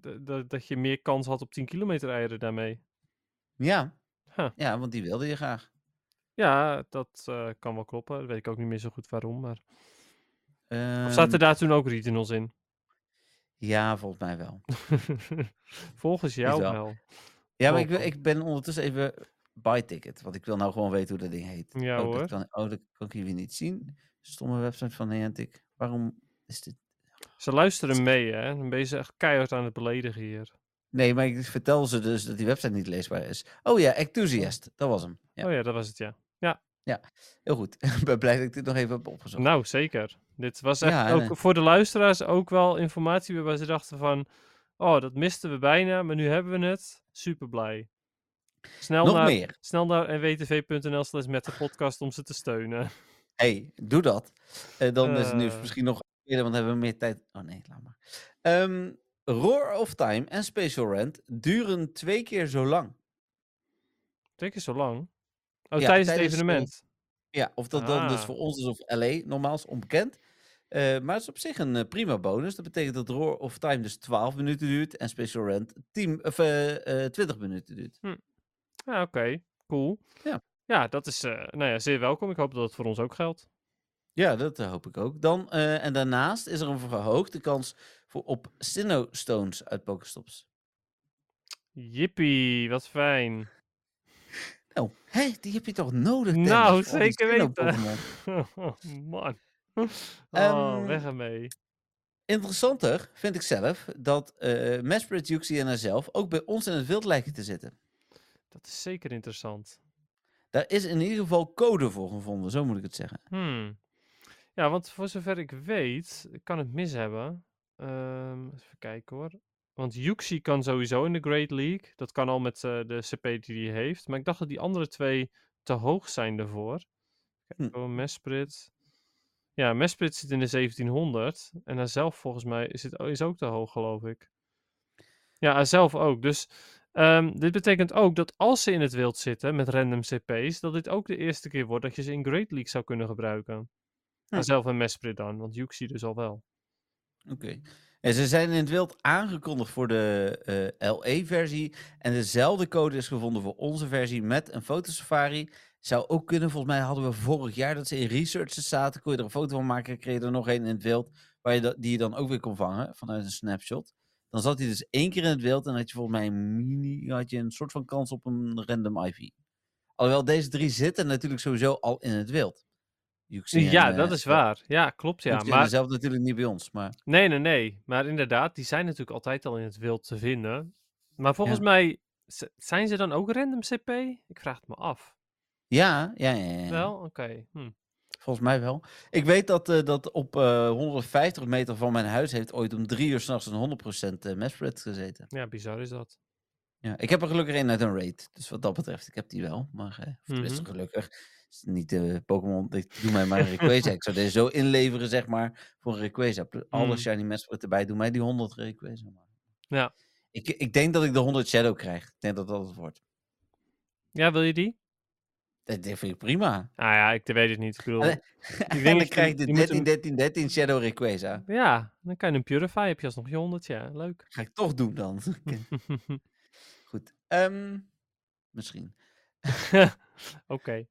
S5: d- d- dat je meer kans had op 10 kilometer eieren daarmee.
S4: Ja.
S5: Huh.
S4: ja, want die wilde je graag.
S5: Ja, dat eh, kan wel kloppen. Dat weet ik ook niet meer zo goed waarom. Maar... Of
S4: Ehm,
S5: zaten daar toen ook regionals in?
S4: Ja, volgens mij wel.
S5: Volgens jou
S4: wel.
S5: wel.
S4: Ja, maar
S5: Oh,
S4: ik, wil-
S5: oh.
S4: ik ben ondertussen even buy ticket. Want ik wil nou gewoon weten hoe dat ding heet.
S5: Ja,
S4: oh,
S5: hoor.
S4: Dat kan, oh, dat kan ik jullie niet zien. Stomme website van Niantic. Waarom is dit...
S5: Ze luisteren mee, hè? Dan ben je ze echt keihard aan het beledigen hier.
S4: Nee, maar ik vertel ze dus dat die website niet leesbaar is. Oh ja, Enthusiast. Dat was hem. Ja,
S5: Oh ja, dat was het, ja.
S4: heel goed. Ik ben blij dat ik dit nog even heb opgezocht.
S5: Nou, zeker. Dit was echt
S4: Ja, eh,
S5: ook
S4: nee.
S5: voor de luisteraars ook wel informatie waarbij ze dachten van... Oh, dat misten we bijna, maar nu hebben we het. Super blij. Snel
S4: nog
S5: naar,
S4: meer.
S5: Snel naar nwtv.nl slash met de podcast om ze te steunen.
S4: hey, doe dat. Eh, dan is het nu
S5: Eh.
S4: misschien nog eerder, want dan hebben we meer tijd. Oh nee, laat maar. Ehm, Roar of Time en Spatial Rent duren twee keer zo lang.
S5: Twee keer zo lang. Oh,
S4: Ja,
S5: tijdens het
S4: tijdens, eh,
S5: evenement.
S4: Ja, of dat dan dus
S5: Ah.
S4: voor ons is of LA, normaal is onbekend. Eh, maar het is op zich een eh, prima bonus. Dat betekent dat Roar of Time dus 12 minuten duurt en Special Rent 10, of, eh, eh, 20 minuten duurt.
S5: Ja, Ah, oké. Cool.
S4: Ja.
S5: Ja, dat is eh, nou ja, zeer welkom. Ik hoop dat het voor ons ook geldt.
S4: Ja, dat eh, hoop ik ook. Dan, eh, en daarnaast is er een verhoogde kans voor op Sinnoh Stones uit Pokestops.
S5: Jippie, wat fijn.
S4: Oh, hé, die heb je toch nodig? Dennis,
S5: Nou,
S4: voor al die
S5: zeker weten.
S4: Sinnoh-Pokémon?
S5: Oh, man. Oh,
S4: Ehm,
S5: weg ermee.
S4: Interessanter vind ik zelf dat eh Mesprit, Juxie en haarzelf ook bij ons in het wild lijken te zitten.
S5: Dat is zeker interessant.
S4: Daar is in ieder geval code voor gevonden, zo moet ik het zeggen.
S5: Hmm. Ja, want voor zover ik weet, ik kan het mis hebben. Ehm, even kijken hoor. Want Yuxi kan sowieso in de Great League. Dat kan al met eh, de CP die hij heeft. Maar ik dacht dat die andere twee te hoog zijn daarvoor. Kijk,
S4: Hm.
S5: oh, Mesprit. Ja, Mesprit zit in de 1700. En hij zelf volgens mij is, het, is ook te hoog, geloof ik. Ja, hij zelf ook. Dus ehm, dit betekent ook dat als ze in het wild zitten met random CP's, dat dit ook de eerste keer wordt dat je ze in Great League zou kunnen gebruiken.
S4: Hm.
S5: En zelf een Mesprit dan, want Yuxi dus al wel.
S4: Oké. En ze zijn in het wild aangekondigd voor de eh LE-versie. En dezelfde code is gevonden voor onze versie met een fotosafari. Zou ook kunnen, volgens mij hadden we vorig jaar dat ze in researches zaten. Kon je er een foto van maken, kreeg je er nog één in het wild. Waar je dat, die je dan ook weer kon vangen vanuit een snapshot. Dan zat hij dus één keer in het wild en had je volgens mij een mini, had je een soort van kans op een random IV. Alhoewel deze drie zitten natuurlijk sowieso al in het wild. Yuxi en,
S5: ja,
S4: eh,
S5: dat is waar. Ja, klopt ja.
S4: Yuxi en
S5: Maar
S4: zelf natuurlijk niet bij ons, maar...
S5: Nee, nee, nee. Maar inderdaad, die zijn natuurlijk altijd al in het wild te vinden. Maar volgens
S4: Ja.
S5: mij, z- zijn ze dan ook random CP? Ik vraag het me af.
S4: Ja, ja, ja. ja, ja.
S5: Wel? Oké. Hm.
S4: Volgens mij wel. Ik weet dat, eh, dat op eh, 150 meter van mijn huis heeft ooit om drie uur s'nachts een 100% eh mesprit gezeten.
S5: Ja, bizar is dat.
S4: Ja, ik heb er gelukkig één uit een raid. Dus wat dat betreft, ik heb die wel. Maar eh of tenminste
S5: Mhm.
S4: gelukkig. Het is niet de Pokémon. Ik doe mij maar een Rayquaza. ik zou deze zo inleveren, zeg maar, voor een Rayquaza. Pl- Alle
S5: Mm.
S4: shiny mesprit erbij. Doe mij die 100 Rayquaza. maar.
S5: Ja.
S4: Ik, ik denk dat ik de 100 Shadow krijg. Ik denk dat dat het wordt.
S5: Ja, wil je die?
S4: Dat dat vind ik prima.
S5: Nou ja, ik weet het niet. Ik bedoel,
S4: Eh,
S5: ik
S4: en
S5: denk
S4: dan
S5: dat
S4: krijg
S5: je-
S4: ik de
S5: je moet
S4: 13,
S5: hem-
S4: 13, 13 Shadow Rayquaza.
S5: Ja, dan kan je hem purify. Heb je alsnog je 100? Ja, leuk.
S4: Ga ik toch doen dan. Oké. Goed. Ehm, misschien.
S5: Oké.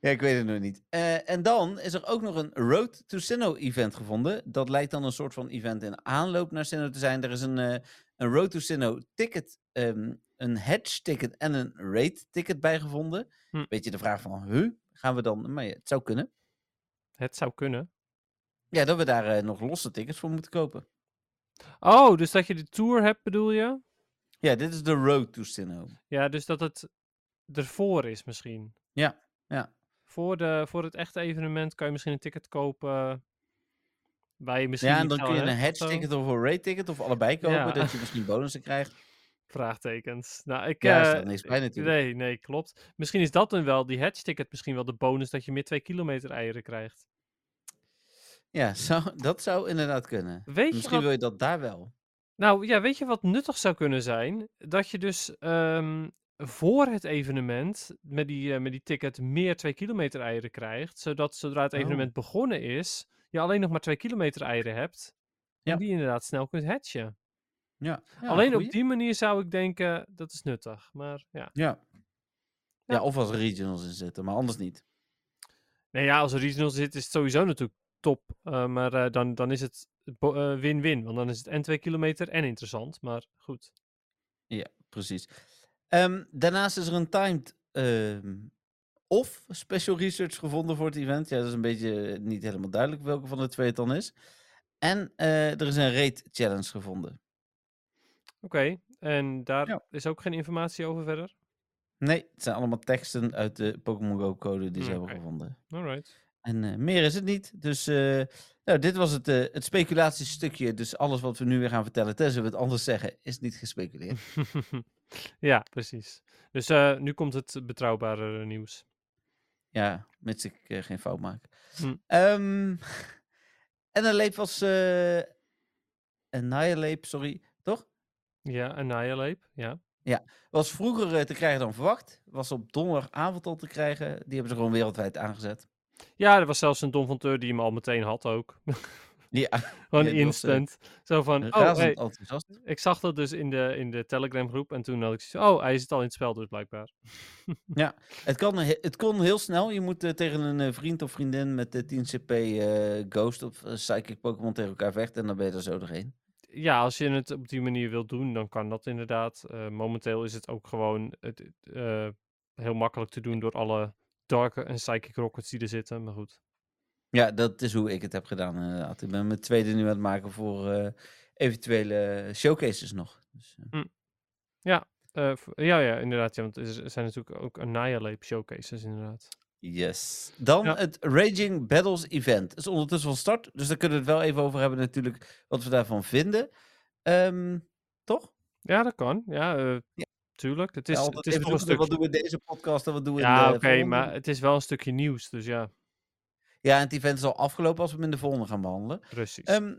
S4: Ja, ik weet het nog niet. Eh, en dan is er ook nog een Road to Sinnoh event gevonden. Dat lijkt dan een soort van event in aanloop naar Sinnoh te zijn. Er is een, eh, een Road to Sinnoh ticket, ehm, een hedge ticket en een raid ticket bij gevonden.
S5: Hm.
S4: Beetje de vraag van, huh? Gaan we dan... Maar ja, het zou kunnen.
S5: Het zou kunnen.
S4: Ja, dat we daar eh, nog losse tickets voor moeten kopen.
S5: Oh, dus dat je de tour hebt, bedoel je?
S4: Ja, dit is de road to Sinnoh.
S5: Ja, dus dat het ervoor is misschien.
S4: Ja, ja.
S5: Voor, de, voor het echte evenement kan je misschien een ticket kopen. Waar je misschien
S4: Ja, en
S5: niet
S4: dan
S5: aan
S4: kun je
S5: hebt
S4: een
S5: of
S4: hedge
S5: zo.
S4: ticket of een raid ticket of allebei kopen,
S5: Ja.
S4: dat je misschien bonussen krijgt.
S5: Vraagtekens. Nou, ik.
S4: Ja, er staat
S5: eh,
S4: niks bij natuurlijk.
S5: nee, nee, klopt. Misschien is dat dan wel, die hedge ticket, misschien wel de bonus dat je meer twee kilometer eieren krijgt.
S4: Ja, zou, dat zou inderdaad kunnen.
S5: Weet je
S4: Misschien
S5: wat
S4: wil je dat daar wel.
S5: Nou ja, weet je wat nuttig zou kunnen zijn? Dat je dus ehm, voor het evenement met die, eh, met die ticket meer 2 kilometer eieren krijgt. Zodat zodra het
S4: Oh.
S5: evenement begonnen is, je alleen nog maar 2 kilometer eieren hebt.
S4: Ja.
S5: En die inderdaad snel kunt hatchen.
S4: Ja, ja,
S5: alleen
S4: goeie.
S5: op die manier zou ik denken, dat is nuttig. Maar ja.
S4: Ja. Ja,
S5: Ja.
S4: of als regionals inzetten, maar anders niet.
S5: Nee, Nou ja, als er regional zit, is het sowieso natuurlijk top. eh, maar eh, dan, dan is het bo- eh, win-win. want dan is het en 2 kilometer en interessant. Maar goed.
S4: Precies. Ehm, daarnaast is er een timed ehm, of special research gevonden voor het event. Ja, dat is een beetje eh, niet helemaal duidelijk welke van de twee het dan is. En eh, er is een rate challenge gevonden.
S5: Oké, en daar
S4: Ja.
S5: is ook geen informatie over verder?
S4: Nee, het zijn allemaal teksten uit de Pokémon Go code die ze
S5: Hmm,
S4: hebben
S5: oké.
S4: gevonden.
S5: Alright.
S4: En eh, meer is het niet. Dus eh, nou, dit was het, eh, het speculatiestukje. Dus alles wat we nu weer gaan vertellen, tenzij we het anders zeggen, is niet gespeculeerd.
S5: ja, precies. Dus eh, nu komt het betrouwbare nieuws.
S4: Ja, mits ik eh, geen fout maak.
S5: Hm.
S4: Ehm, en een leep was. eh een naaienleep, sorry, toch?
S5: Ja, een naaierleep. Ja.
S4: Was vroeger eh, te krijgen dan verwacht. Was op donderdagavond al te krijgen. Die hebben ze gewoon wereldwijd aangezet.
S5: ja, er was zelfs een Don van Teur die hem al meteen had ook.
S4: Ja,
S5: Gewoon
S4: Ja, die was, eh,
S5: instant. Zo van, oh,
S4: razend
S5: hey,
S4: enthousiast.
S5: ik zag dat dus in de, in de Telegram groep. En toen had ik zoiets oh, hij zit al in het spel dus blijkbaar.
S4: Het, kan, he- het kon heel snel. Je moet eh, tegen een eh, vriend of vriendin met eh, 10 CP eh, Ghost of eh, Psychic Pokémon tegen elkaar vechten. En dan ben je er zo doorheen.
S5: Ja, als je het op die manier wilt doen, dan kan dat inderdaad. Eh, momenteel is het ook gewoon het, het, eh, heel makkelijk te doen door alle dark en psychic rockets die er zitten. Maar goed.
S4: Ja, dat is hoe ik het heb gedaan inderdaad. Ik ben mijn tweede nu aan het maken voor eh, eventuele showcases nog. Dus, eh,
S5: Eh, v- ja, ja, inderdaad. Ja, want er z- er zijn natuurlijk ook Annihilate showcases, inderdaad.
S4: Yes. Dan
S5: Ja.
S4: het Raging Battles Event. is ondertussen van start, dus daar kunnen we het wel even over hebben natuurlijk, wat we daarvan vinden. Ehm, toch?
S5: Ja, dat kan. Ja, eh,
S4: Ja.
S5: tuurlijk. Het
S4: Ja,
S5: is,
S4: altijd
S5: het is
S4: even
S5: toch een
S4: zoeken, Wat
S5: stukje...
S4: doen we in deze podcast en wat doen we in de
S5: Ja, oké,
S4: volgende?
S5: maar het is wel een stukje nieuws, dus ja,
S4: Ja, en het event is al afgelopen als we hem in de volgende gaan behandelen.
S5: precies.
S4: Ehm,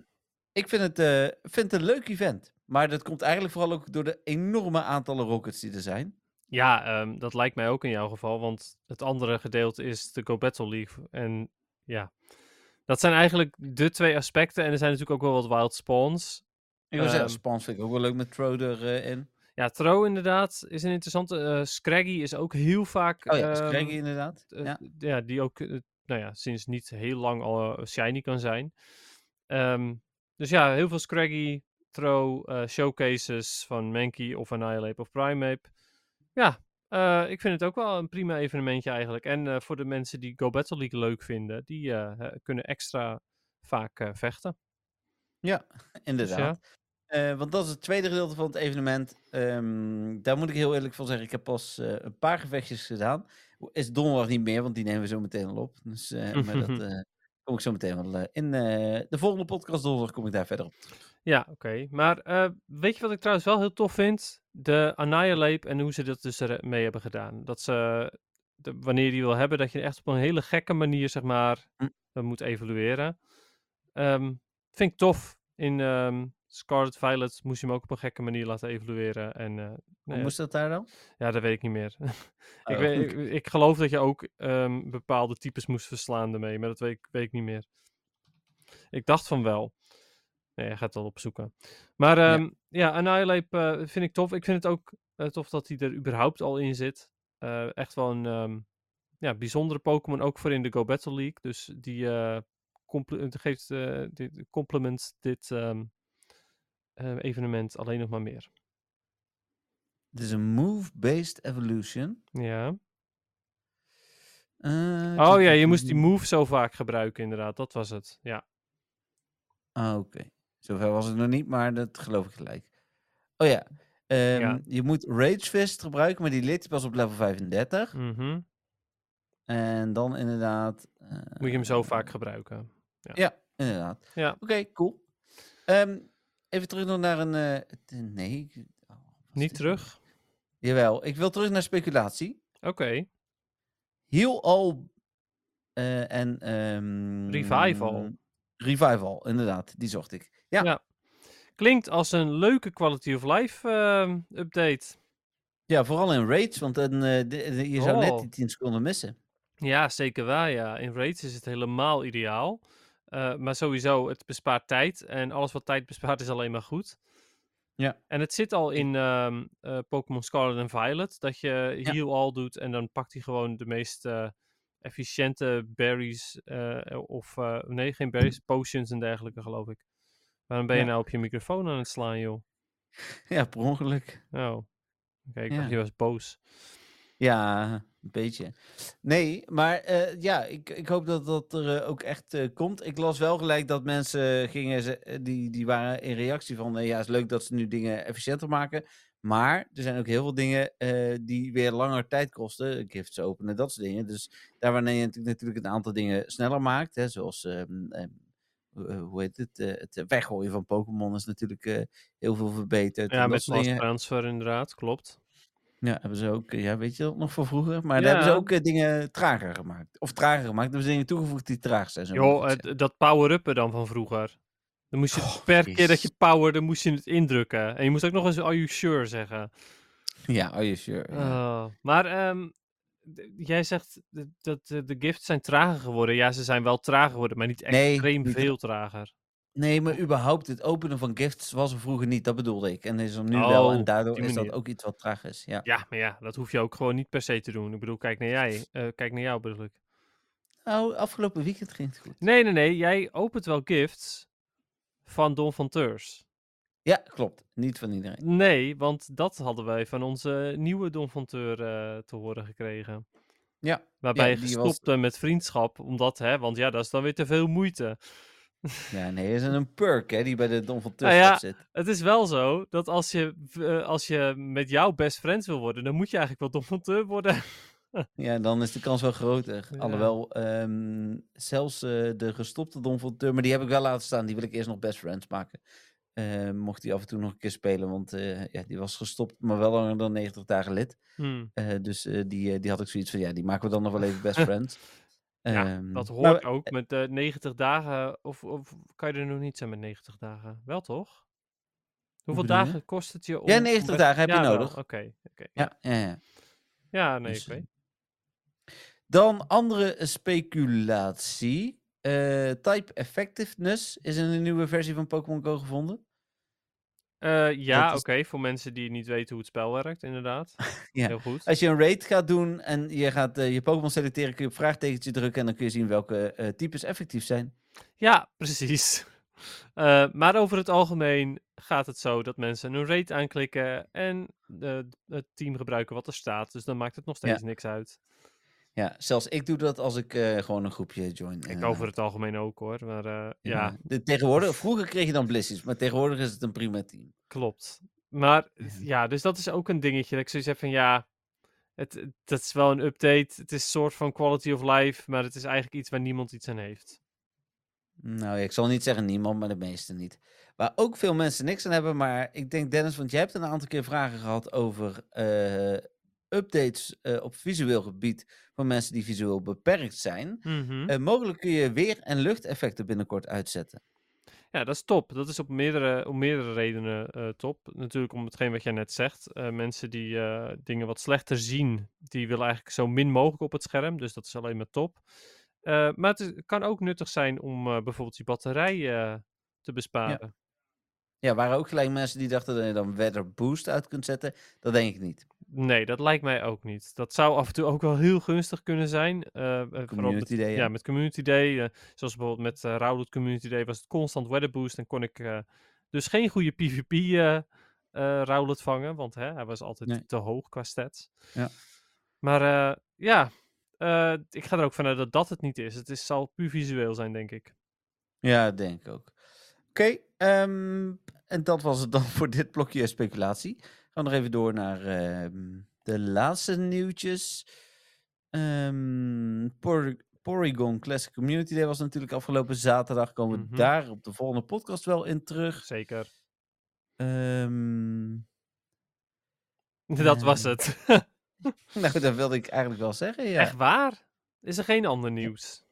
S4: ik vind het, eh, vind het een leuk event. Maar dat komt eigenlijk vooral ook door de enorme aantallen rockets die er zijn.
S5: ja, ehm, dat lijkt mij ook in jouw geval, want het andere gedeelte is de Go Battle League. En ja, dat zijn eigenlijk de twee aspecten. En er zijn natuurlijk ook wel wat wild spawns.
S4: Ik wil zeggen,
S5: Ehm.
S4: Spans vind ik ook wel leuk met Troder eh in.
S5: Ja, Tro inderdaad is een interessante. eh, Scraggy is ook heel vaak...
S4: Oh ja,
S5: ehm,
S4: Scraggy inderdaad.
S5: eh,
S4: ja.
S5: ja, die ook eh, nou ja, sinds niet heel lang al eh, shiny kan zijn. Ehm, dus ja, heel veel Scraggy, Throw, eh, showcases van Mankey of Annihilate of Primeape. Ja, eh, ik vind het ook wel een prima evenementje eigenlijk. En eh, voor de mensen die Go Battle League leuk vinden, die eh, eh, kunnen extra vaak eh, vechten. Dus
S4: Inderdaad.
S5: ja.
S4: Eh, want dat is het tweede gedeelte van het evenement. Ehm, daar moet ik heel eerlijk van zeggen. Ik heb pas eh, een paar gevechtjes gedaan. Is donderdag niet meer, want die nemen we zo meteen al op. Dus, eh, maar dat eh, kom ik zo meteen wel eh, in. eh, de volgende podcast donderdag kom ik daar verder op.
S5: Ja, oké. Maar eh, weet je wat ik trouwens wel heel tof vind? De Annihilate en hoe ze dat dus er- mee hebben gedaan. Dat ze, de- wanneer je die wil hebben, dat je echt op een hele gekke manier, zeg maar,
S4: Hm.
S5: eh, moet evalueren. Ehm, vind ik tof. In ehm, Scarlet Violet moest je hem ook op een gekke manier laten evalueren. En eh,
S4: Hoe
S5: ja.
S4: moest dat daar dan?
S5: ja, dat weet ik niet meer. ik,
S4: Oh.
S5: weet, ik, ik geloof dat je ook ehm, bepaalde types moest verslaan daarmee, maar dat weet, ik- weet ik niet meer. Ik dacht van wel. Nee, hij gaat wel opzoeken. Maar
S4: Ja.
S5: ehm, ja, Annihilate eh, vind ik tof. Ik vind het ook eh, tof dat hij er überhaupt al in zit. Eh, echt wel een ehm, ja, bijzondere Pokémon, ook voor in de Go Battle League. Dus die eh, compl- eh, geeft eh, dit compliment dit ehm, eh, evenement alleen nog maar meer.
S4: Het is een move-based evolution.
S5: Ja.
S4: Eh,
S5: Oh
S4: tut,
S5: ja,
S4: tut,
S5: je
S4: tut,
S5: moest die
S4: tut.
S5: move zo vaak gebruiken, inderdaad. Dat was het. Ja,
S4: Ah, Oké. Zover was het nog niet, maar dat geloof ik gelijk. Oh ja, ehm,
S5: Ja.
S4: je moet Rage Fist gebruiken, maar die leert hij pas op level 35.
S5: Mhm.
S4: En dan inderdaad... eh,
S5: Moet je hem zo vaak gebruiken.
S4: Ja, inderdaad.
S5: Ja.
S4: Oké, cool. Ehm, even terug nog naar een... eh, t- nee. ik- oh, wat is
S5: Niet
S4: dit?
S5: terug?
S4: Jawel, ik wil terug naar speculatie.
S5: Oké.
S4: Heel al eh, en... ehm,
S5: Revival.
S4: Revival, inderdaad. Die zocht ik. Ja, ja.
S5: Ja. Klinkt als een leuke quality of life ehm, update.
S4: vooral in raids, want dan, eh, di- di- je zou net
S5: Oh.
S4: die 10 seconden missen.
S5: Ja, zeker waar. Ja. In raids is het helemaal ideaal. Eh, maar sowieso, het bespaart tijd. En alles wat tijd bespaart is alleen maar goed.
S4: Ja.
S5: En het zit al in ehm, eh, Pokémon Scarlet en Violet. Dat je
S4: Ja.
S5: heal all doet en dan pakt hij gewoon de meest eh, efficiënte berries. eh, of eh, nee, geen berries, potions en dergelijke geloof ik. Waarom ben je
S4: Ja.
S5: nou op je microfoon aan het slaan, joh?
S4: Ja, per ongeluk.
S5: Oh. Oké, ik
S4: Ja.
S5: dacht je was boos.
S4: Ja, een beetje. Nee, maar eh, ja, ik, ik hoop dat dat er eh, ook echt eh, komt. Ik las wel gelijk dat mensen gingen, ze- eh, die, die waren in reactie van, eh, ja, is leuk dat ze nu dingen efficiënter maken. Maar er zijn ook heel veel dingen eh, die weer langer tijd kosten. Gifts openen, dat soort dingen. Dus daar wanneer je natuurlijk, natuurlijk een aantal dingen sneller maakt, hè, zoals, ehm, ehm, hoe- eh, hoe heet het, eh, het weggooien van Pokémon is natuurlijk eh, heel veel verbeterd. en
S5: Ja,
S4: dat
S5: met
S4: soort
S5: mass
S4: dingen.
S5: transfer inderdaad, klopt.
S4: Ja, hebben ze ook, eh, ja, weet je dat nog van vroeger? Maar daar hebben ze
S5: Ja.
S4: ook eh, dingen trager gemaakt. Of trager gemaakt, daar hebben ze dingen toegevoegd die traag zijn. zo moet ik
S5: Joh,
S4: het
S5: eh, d- dat power-uppen dan van vroeger. Dan moest je
S4: Oh,
S5: per keer dat
S4: jezus.
S5: je powerde, moest je het indrukken. En je moest ook nog eens are you sure zeggen.
S4: zeggen. Ja, are you sure? Ja.
S5: Oh, maar ehm, d- jij zegt d- dat eh, de gifts zijn trager geworden. Ja, ze zijn wel trager geworden, maar niet
S4: Nee,
S5: extreem
S4: niet tra-
S5: veel trager.
S4: Nee, maar überhaupt, het openen van gifts was er vroeger niet, dat bedoelde ik. En is er nu wel, en
S5: Oh,
S4: daardoor
S5: die
S4: is dat
S5: manier.
S4: ook iets wat traag is. Ja,
S5: Ja, maar ja, dat hoef je ook gewoon niet per se te doen. Ik bedoel, kijk naar jij. eh, kijk naar jou bedoel ik.
S4: nou, afgelopen weekend ging het goed.
S5: Nee, nee, nee. Jij opent wel gifts van Don van Teurs.
S4: Ja, klopt. Niet van iedereen.
S5: Nee, want dat hadden wij van onze nieuwe Don van Teur eh, te horen gekregen.
S4: Ja,
S5: Waarbij je
S4: die was-
S5: gestopte met vriendschap, omdat, hè, want ja, dat is dan weer te veel moeite.
S4: ja nee, er is een perk hè, die bij de Don van
S5: Nou
S4: Tusk
S5: ja.
S4: zit.
S5: Het is wel zo dat als je, v- eh, als je met jouw best friends wil worden, dan moet je eigenlijk wel Don van Teur worden.
S4: Ja, dan is de kans wel groter.
S5: Ja.
S4: Alhoewel, ehm, zelfs eh, de gestopte Don van Teur, maar die heb ik wel laten staan. Die wil ik eerst nog best friends maken. Eh, mocht die af en toe nog een keer spelen, want eh, ja, die was gestopt, maar wel langer dan 90 dagen lid.
S5: Hmm,
S4: Eh, dus eh, die, eh, die had ik zoiets van, ja, die maken we dan nog wel even best friends.
S5: ja,
S4: Ehm,
S5: dat
S4: maar
S5: hoort
S4: we-
S5: ook met eh, 90 dagen. Of, of kan je er nog niet zijn met 90 dagen? Wel toch? Hoeveel
S4: bedoel je?
S5: dagen kost het je om...
S4: Ja,
S5: om
S4: 90
S5: best-
S4: dagen heb je
S5: Ja, wel,
S4: nodig.
S5: Oké, oké.
S4: Ja, ja, ja.
S5: Ja, nee,
S4: Dus,
S5: ik weet.
S4: Dan andere eh, speculatie. Eh, type effectiveness is in een nieuwe versie van Pokémon Go gevonden.
S5: Eh, ja,
S4: is-
S5: oké, voor mensen die niet weten hoe het spel werkt, inderdaad.
S4: Ja.
S5: Heel goed.
S4: Als je een raid gaat doen en je gaat eh, je Pokémon selecteren, kun je op vraagtekentje drukken en dan kun je zien welke eh, types effectief zijn.
S5: Ja, precies. Eh, maar over het algemeen gaat het zo dat mensen een rate aanklikken en eh, het team gebruiken wat er staat. Dus dan maakt het nog
S4: Ja.
S5: steeds niks uit.
S4: Ja, zelfs ik doe dat als ik eh, gewoon een groepje join.
S5: Ik
S4: eh,
S5: over het algemeen ook hoor. Maar eh, ja.
S4: De, tegenwoordig, vroeger kreeg je dan blissies, maar tegenwoordig is het een prima team.
S5: Klopt. Maar
S4: Ja.
S5: s- ja, dus dat is ook een dingetje. Dat ik zoiets heb van ja, het, het- dat is wel een update. Het is een soort van quality of life, maar het is eigenlijk iets waar niemand iets aan heeft.
S4: Nou, ja, ik zal niet zeggen niemand, maar de meesten niet. Waar ook veel mensen niks aan hebben, maar ik denk Dennis, want jij hebt een aantal keer vragen gehad over eh, updates eh, op visueel gebied voor mensen die visueel beperkt zijn.
S5: Mhm.
S4: Eh, mogelijk kun je weer- en luchteffecten binnenkort uitzetten.
S5: Ja, dat is top. Dat is op meerdere, om meerdere redenen eh, top. Natuurlijk om hetgeen wat jij net zegt. Eh, mensen die eh, dingen wat slechter zien, die willen eigenlijk zo min mogelijk op het scherm. Dus dat is alleen maar top. Eh, maar het is- kan ook nuttig zijn om eh, bijvoorbeeld die batterij eh, te besparen.
S4: Ja, waren ook gelijk mensen die dachten dat je dan weather boost uit kunt zetten. Dat denk ik niet.
S5: Nee, dat lijkt mij ook niet. Dat zou af en toe ook wel heel gunstig kunnen zijn. eh, eh, vooral met,
S4: Community Day, ja.
S5: ja, met Community Day. eh, zoals bijvoorbeeld met eh Rowlet Community Day was het constant weather boost. En kon ik eh, dus geen goede PvP eh eh Rowlet vangen. Want hè, hij was altijd
S4: Nee.
S5: te hoog qua stats.
S4: Ja.
S5: Maar eh, ja, eh, ik ga er ook vanuit dat dat het niet is. Het is, zal puur visueel zijn, denk ik.
S4: Ja, dat denk ik ook. Oké, ehm, en dat was het dan voor dit blokje speculatie. Gaan we nog even door naar ehm, de laatste nieuwtjes. Ehm Por- Porygon Classic Community Day was natuurlijk afgelopen zaterdag. Komen
S5: Mhm.
S4: we daar op de volgende podcast wel in terug.
S5: Zeker.
S4: Ehm,
S5: Dat was
S4: Eh,
S5: het.
S4: nou, dat wilde ik eigenlijk wel zeggen. Ja.
S5: Echt waar? Is er geen ander nieuws?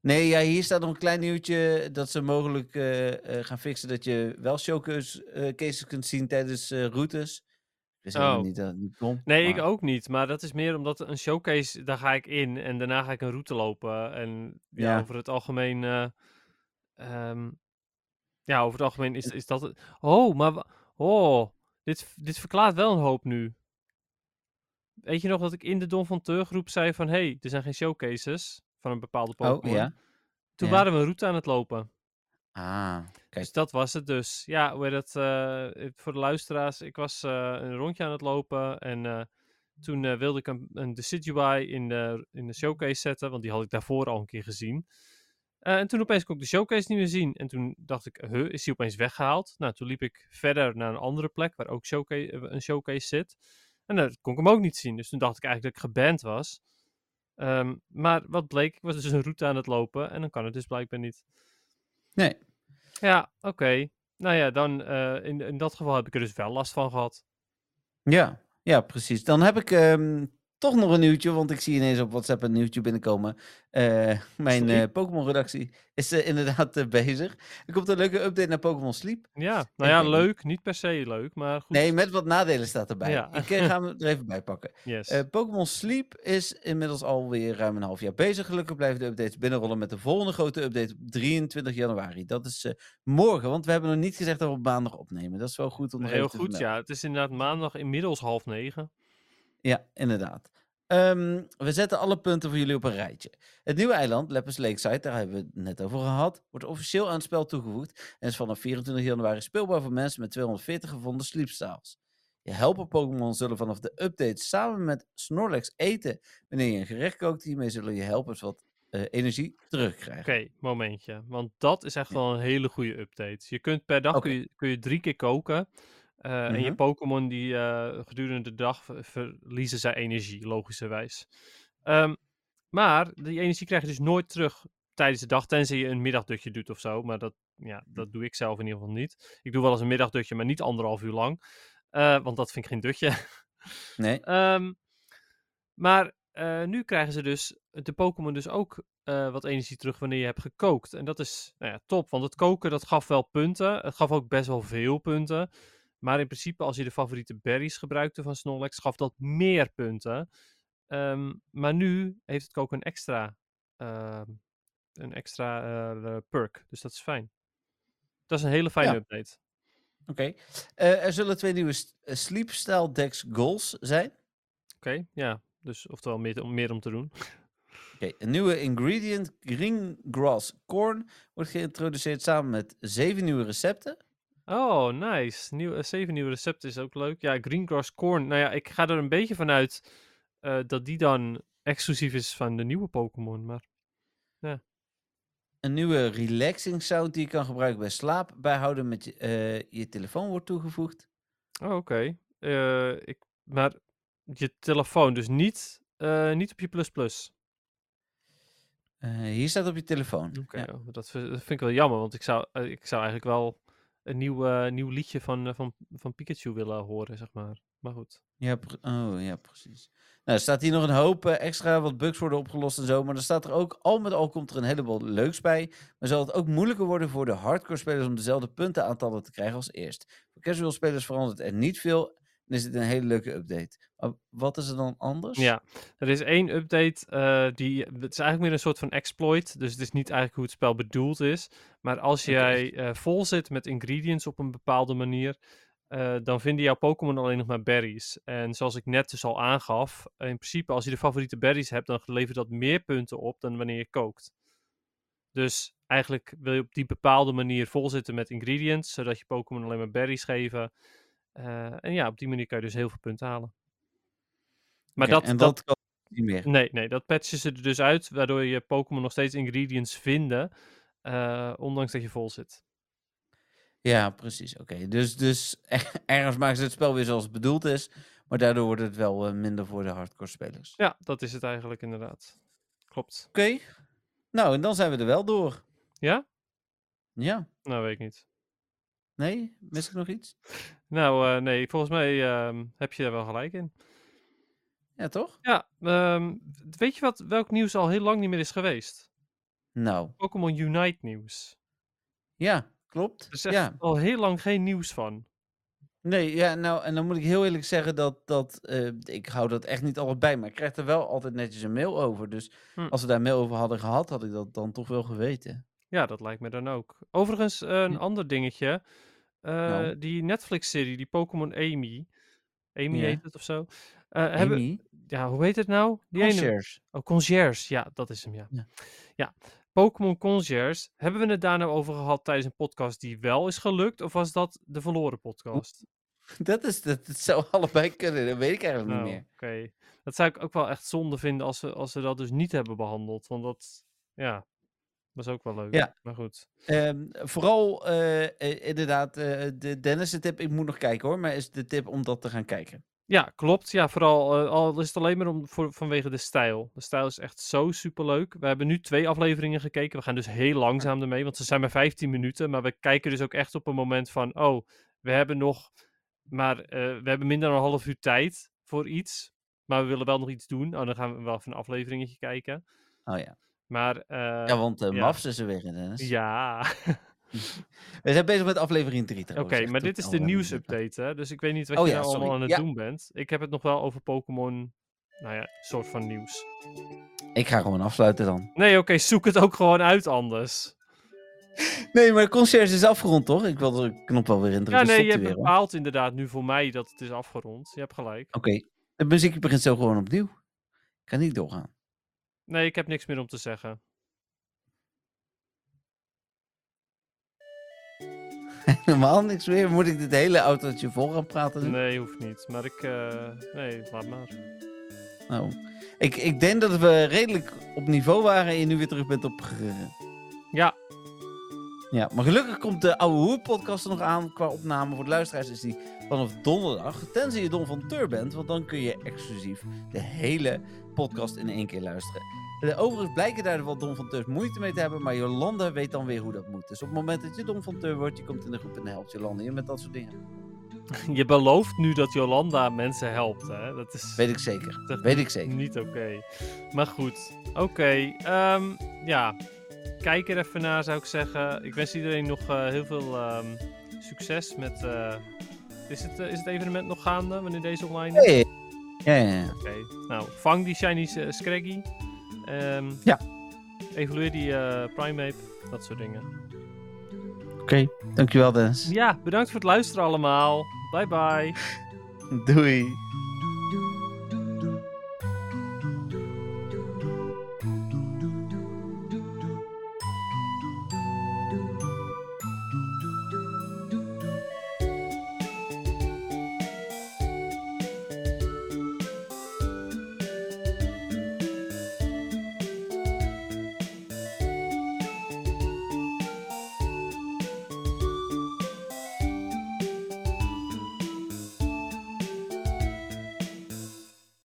S4: Nee, ja, hier staat nog een klein nieuwtje dat ze mogelijk eh, eh, gaan fixen dat je wel showcases eh, cases kunt zien tijdens eh, routes. Ik wist helemaal
S5: Oh.
S4: niet dat het niet kon.
S5: Nee,
S4: maar-
S5: ik ook niet. Maar dat is meer omdat een showcase, daar ga ik in en daarna ga ik een route lopen. En ja,
S4: Ja.
S5: over het algemeen. eh, ehm, ja, over het algemeen is, is dat. het- Oh, maar. wa- Oh, dit, dit verklaart wel een hoop nu. Weet je nog dat ik in de Don van Teur groep zei van... hé, hey, er zijn geen showcases van een bepaalde Pokémon.
S4: Oh, ja.
S5: Toen
S4: ja.
S5: waren we een route aan het lopen.
S4: Ah, kijk.
S5: Dus dat was het dus. Ja, hoe heet dat? eh, voor de luisteraars, ik was eh, een rondje aan het lopen en eh, toen eh, wilde ik een, een Decidueye in de, in de showcase zetten, want die had ik daarvoor al een keer gezien. Eh, en toen opeens kon ik de showcase niet meer zien. En toen dacht ik, huh, is die opeens weggehaald? Nou, toen liep ik verder naar een andere plek waar ook showcase, eh, een showcase zit. En daar kon ik hem ook niet zien. Dus toen dacht ik eigenlijk dat ik geband was. Ehm, maar wat bleek, ik was dus een route aan het lopen en dan kan het dus blijkbaar niet.
S4: Nee.
S5: Ja, oké. Nou ja, dan eh, in, in dat geval heb ik er dus wel last van gehad.
S4: Ja, ja, precies. Dan heb ik ehm, toch nog een nieuwtje, want ik zie ineens op WhatsApp een nieuwtje binnenkomen. Eh, mijn
S5: Sorry.
S4: eh Pokémon-redactie is eh, inderdaad eh, bezig. Er komt een leuke update naar Pokémon Sleep.
S5: Ja, nou
S4: Ik
S5: ja,
S4: weet niet.
S5: leuk. Niet per se leuk, maar goed.
S4: Nee, met wat nadelen staat erbij.
S5: Ja.
S4: Ik eh, ga hem er even bij pakken.
S5: Yes.
S4: Eh, Pokémon Sleep is inmiddels alweer ruim een half jaar bezig. Gelukkig blijven de updates binnenrollen met de volgende grote update op 23 januari. Dat is eh, morgen, want we hebben nog niet gezegd dat we op maandag opnemen. Dat is wel goed om nog
S5: Heel
S4: even te
S5: goed,
S4: vermelden.
S5: ja. Het is inderdaad maandag inmiddels half negen.
S4: Ja, inderdaad. Ehm, we zetten alle punten voor jullie op een rijtje. Het nieuwe eiland, Leppers Lakeside, daar hebben we het net over gehad, wordt officieel aan het spel toegevoegd en is vanaf 24 januari speelbaar voor mensen met 240 gevonden sleepstyles. Je helper Pokémon zullen vanaf de update samen met Snorlax eten wanneer je een gerecht kookt. Hiermee zullen je helpers wat eh, energie terugkrijgen.
S5: Oké, momentje. Want dat is echt
S4: Ja.
S5: wel een hele goede update. Je kunt per dag
S4: Oké.
S5: kun je, kun je drie keer koken. eh, En je
S4: Mhm.
S5: Pokémon die eh, gedurende de dag ver- verliezen zij energie, logischerwijs. Ehm, maar die energie krijg je dus nooit terug tijdens de dag, tenzij je een middagdutje doet of zo. Maar dat, ja, dat doe ik zelf in ieder geval niet. Ik doe wel eens een middagdutje, maar niet anderhalf uur lang. eh, want dat vind ik geen dutje.
S4: Nee?
S5: Ehm, maar eh, nu krijgen ze dus de Pokémon dus ook eh, wat energie terug wanneer je hebt gekookt. En dat is nou ja, top, want het koken dat gaf wel punten. Het gaf ook best wel veel punten. Maar in principe als je de favoriete berries gebruikte van Snorlax, gaf dat meer punten. Ehm, maar nu heeft het koken een extra, ehm, een extra eh, perk. Dus dat is fijn. Dat is een hele fijne
S4: Ja.
S5: update.
S4: Oké. Eh, er zullen twee nieuwe st- eh, sleepstyle decks goals zijn.
S5: Oké, ja. Dus oftewel meer, te- meer om te doen.
S4: Oké, een nieuwe ingredient, green grass corn, wordt geïntroduceerd samen met zeven nieuwe recepten.
S5: Oh, nice. Nieuw, eh, zeven nieuwe recepten is ook leuk. Ja, Greengrass Corn. Nou ja, ik ga er een beetje van uit eh, dat die dan exclusief is van de nieuwe Pokémon. Maar
S4: Een nieuwe relaxing sound die je kan gebruiken bij slaap bijhouden met je, eh, je telefoon wordt toegevoegd.
S5: oh, oké. Eh, ik, maar je telefoon, dus niet, eh, niet op je plus plus.
S4: Eh, hier staat op je telefoon.
S5: Oké,
S4: Ja.
S5: oh, dat, vi- dat vind ik wel jammer, want ik zou, eh, ik zou eigenlijk wel een nieuw, eh, nieuw liedje van, eh, van, van Pikachu willen horen, zeg maar. Maar goed.
S4: Ja, pre- oh ja, precies. Nou, er staat hier nog een hoop eh, extra wat bugs worden opgelost en zo. Maar er staat er ook, al met al komt er een heleboel leuks bij. Maar zal het ook moeilijker worden voor de hardcore spelers om dezelfde puntenaantallen te krijgen als eerst. Voor casual spelers verandert er niet veel en is dit een hele leuke update. Maar wat is er dan anders?
S5: Ja, er is één update eh, die het is eigenlijk meer een soort van exploit, dus het is niet eigenlijk hoe het spel bedoeld is. Maar als
S4: Oké.
S5: jij eh, vol zit met ingredients op een bepaalde manier, eh, dan vinden jouw Pokémon alleen nog maar berries. En zoals ik net dus al aangaf, eh, in principe als je de favoriete berries hebt, dan levert dat meer punten op dan wanneer je kookt. Dus eigenlijk wil je op die bepaalde manier vol zitten met ingredients, zodat je Pokémon alleen maar berries geven. Eh, en ja, op die manier kan je dus heel veel punten halen. Maar
S4: Oké,
S5: dat,
S4: en
S5: dat
S4: dat kan niet meer.
S5: Nee, nee, dat patchen ze er dus uit, waardoor je Pokémon nog steeds ingredients vinden, eh, ondanks dat je vol zit.
S4: Ja, precies. Oké, dus, dus ergens maken ze het spel weer zoals het bedoeld is. Maar daardoor wordt het wel eh, minder voor de hardcore spelers.
S5: Ja, dat is het eigenlijk inderdaad. Klopt.
S4: Oké. Nou, en dan zijn we er wel door.
S5: Ja?
S4: Ja.
S5: Nou, weet ik niet.
S4: Nee? Mis ik nog iets?
S5: Nou, eh, nee, volgens mij ehm, heb je daar wel gelijk in.
S4: Ja, toch?
S5: Ja, ehm, weet je wat, welk nieuws al heel lang niet meer is geweest?
S4: Nou,
S5: Pokémon Unite nieuws.
S4: ja, klopt.
S5: Er is echt
S4: Ja.
S5: al heel lang geen nieuws van.
S4: Nee, ja, nou, en dan moet ik heel eerlijk zeggen dat, dat eh, ik hou dat echt niet altijd bij, maar ik krijg er wel altijd netjes een mail over. Dus
S5: Hm.
S4: als we daar mail over hadden gehad, had ik dat dan toch wel geweten.
S5: Ja, dat lijkt me dan ook. Overigens, eh, een
S4: Ja.
S5: ander dingetje. Eh,
S4: Hm. Nou.
S5: Die Netflix-serie, die Pokémon Amy. Amy
S4: Ja.
S5: heet het of zo. Eh, hebben,
S4: Amy,
S5: ja, hoe heet het nou? Die ene-
S4: Concierge.
S5: Oh, Concierge. Ja, dat is hem, ja. Ja,
S4: Ja.
S5: Pokémon Concierge. Hebben we het daar nou over gehad tijdens een podcast die wel is gelukt? Of was dat de verloren podcast?
S4: Dat, is, dat, dat zou allebei kunnen, dat weet ik eigenlijk
S5: Nou,
S4: niet
S5: oké.
S4: meer.
S5: Dat zou ik ook wel echt zonde vinden als ze, als ze dat dus niet hebben behandeld. Want dat, ja, was ook wel leuk.
S4: Ja.
S5: Maar goed.
S4: Ehm, vooral, eh, eh, inderdaad, eh, de Dennis' tip, ik moet nog kijken hoor, maar is de tip om dat te gaan kijken.
S5: Ja, klopt. Ja, vooral eh, al is het alleen maar om, voor, vanwege de stijl. De stijl is echt zo superleuk. We hebben nu twee afleveringen gekeken. We gaan dus heel langzaam ermee, want ze zijn maar 15 minuten. Maar we kijken dus ook echt op een moment van, oh, we hebben nog maar eh, we hebben minder dan een half uur tijd voor iets. Maar we willen wel nog iets doen. Oh, dan gaan we wel even een afleveringetje kijken.
S4: Oh ja,
S5: Maar eh,
S4: ja want de
S5: ja.
S4: Mafs is er weer, hè, Dennis.
S5: ja.
S4: We zijn bezig met aflevering 3
S5: Oké, maar dit is de nieuwsupdate, hè? Dus ik weet niet wat
S4: Oh
S5: je
S4: ja,
S5: nou allemaal
S4: sorry.
S5: aan het
S4: Ja.
S5: doen bent. Ik heb het nog wel over Pokémon, nou ja, soort van nieuws.
S4: Ik ga gewoon afsluiten dan.
S5: Nee, oké, zoek het ook gewoon uit anders.
S4: Nee, maar de concert is afgerond, toch? Ik wil de knop wel weer
S5: Ja,
S4: indrukken.
S5: nee,
S4: Stopt
S5: je
S4: hij
S5: hebt
S4: weer, hoor.
S5: bepaald inderdaad nu voor mij dat het is afgerond. Je hebt gelijk.
S4: Oké, de muziekje begint zo gewoon opnieuw. Ik kan niet doorgaan.
S5: Nee, ik heb niks meer om te zeggen.
S4: Normaal niks meer. Moet ik dit hele autootje vol gaan praten? doen?
S5: Nee, hoeft niet. Maar ik, eh, nee, laat maar.
S4: Oh. Ik, ik denk dat we redelijk op niveau waren en je nu weer terug bent op...
S5: Ja,
S4: Ja, maar gelukkig komt de Oude Hoer podcast er nog aan qua opname. Voor de luisteraars is die vanaf donderdag. Tenzij je Don van Tur bent, want dan kun je exclusief de hele podcast in één keer luisteren. Eh, Overigens blijken daar wel Don van Teurs moeite mee te hebben, maar Jolanda weet dan weer hoe dat moet. Dus op het moment dat je Don van Tur wordt, je komt in de groep en helpt Jolanda je met dat soort dingen.
S5: je belooft nu dat Jolanda mensen helpt, hè? Dat is...
S4: Weet ik zeker.
S5: Dat-
S4: Weet ik zeker.
S5: Niet oké. Maar goed, oké. ehm, ja, kijk er even naar zou ik zeggen. Ik wens iedereen nog eh, heel veel ehm, succes met... eh, is, het, eh, is het evenement nog gaande wanneer deze online is?
S4: Hey. Ja, ja, ja.
S5: Oké, nou, vang die shiny eh, Scraggy. Ehm,
S4: Ja.
S5: Evalueer die eh Primeape, dat soort dingen.
S4: Oké, dankjewel Dennis.
S5: Ja, bedankt voor het luisteren allemaal. Bye bye.
S4: Doei.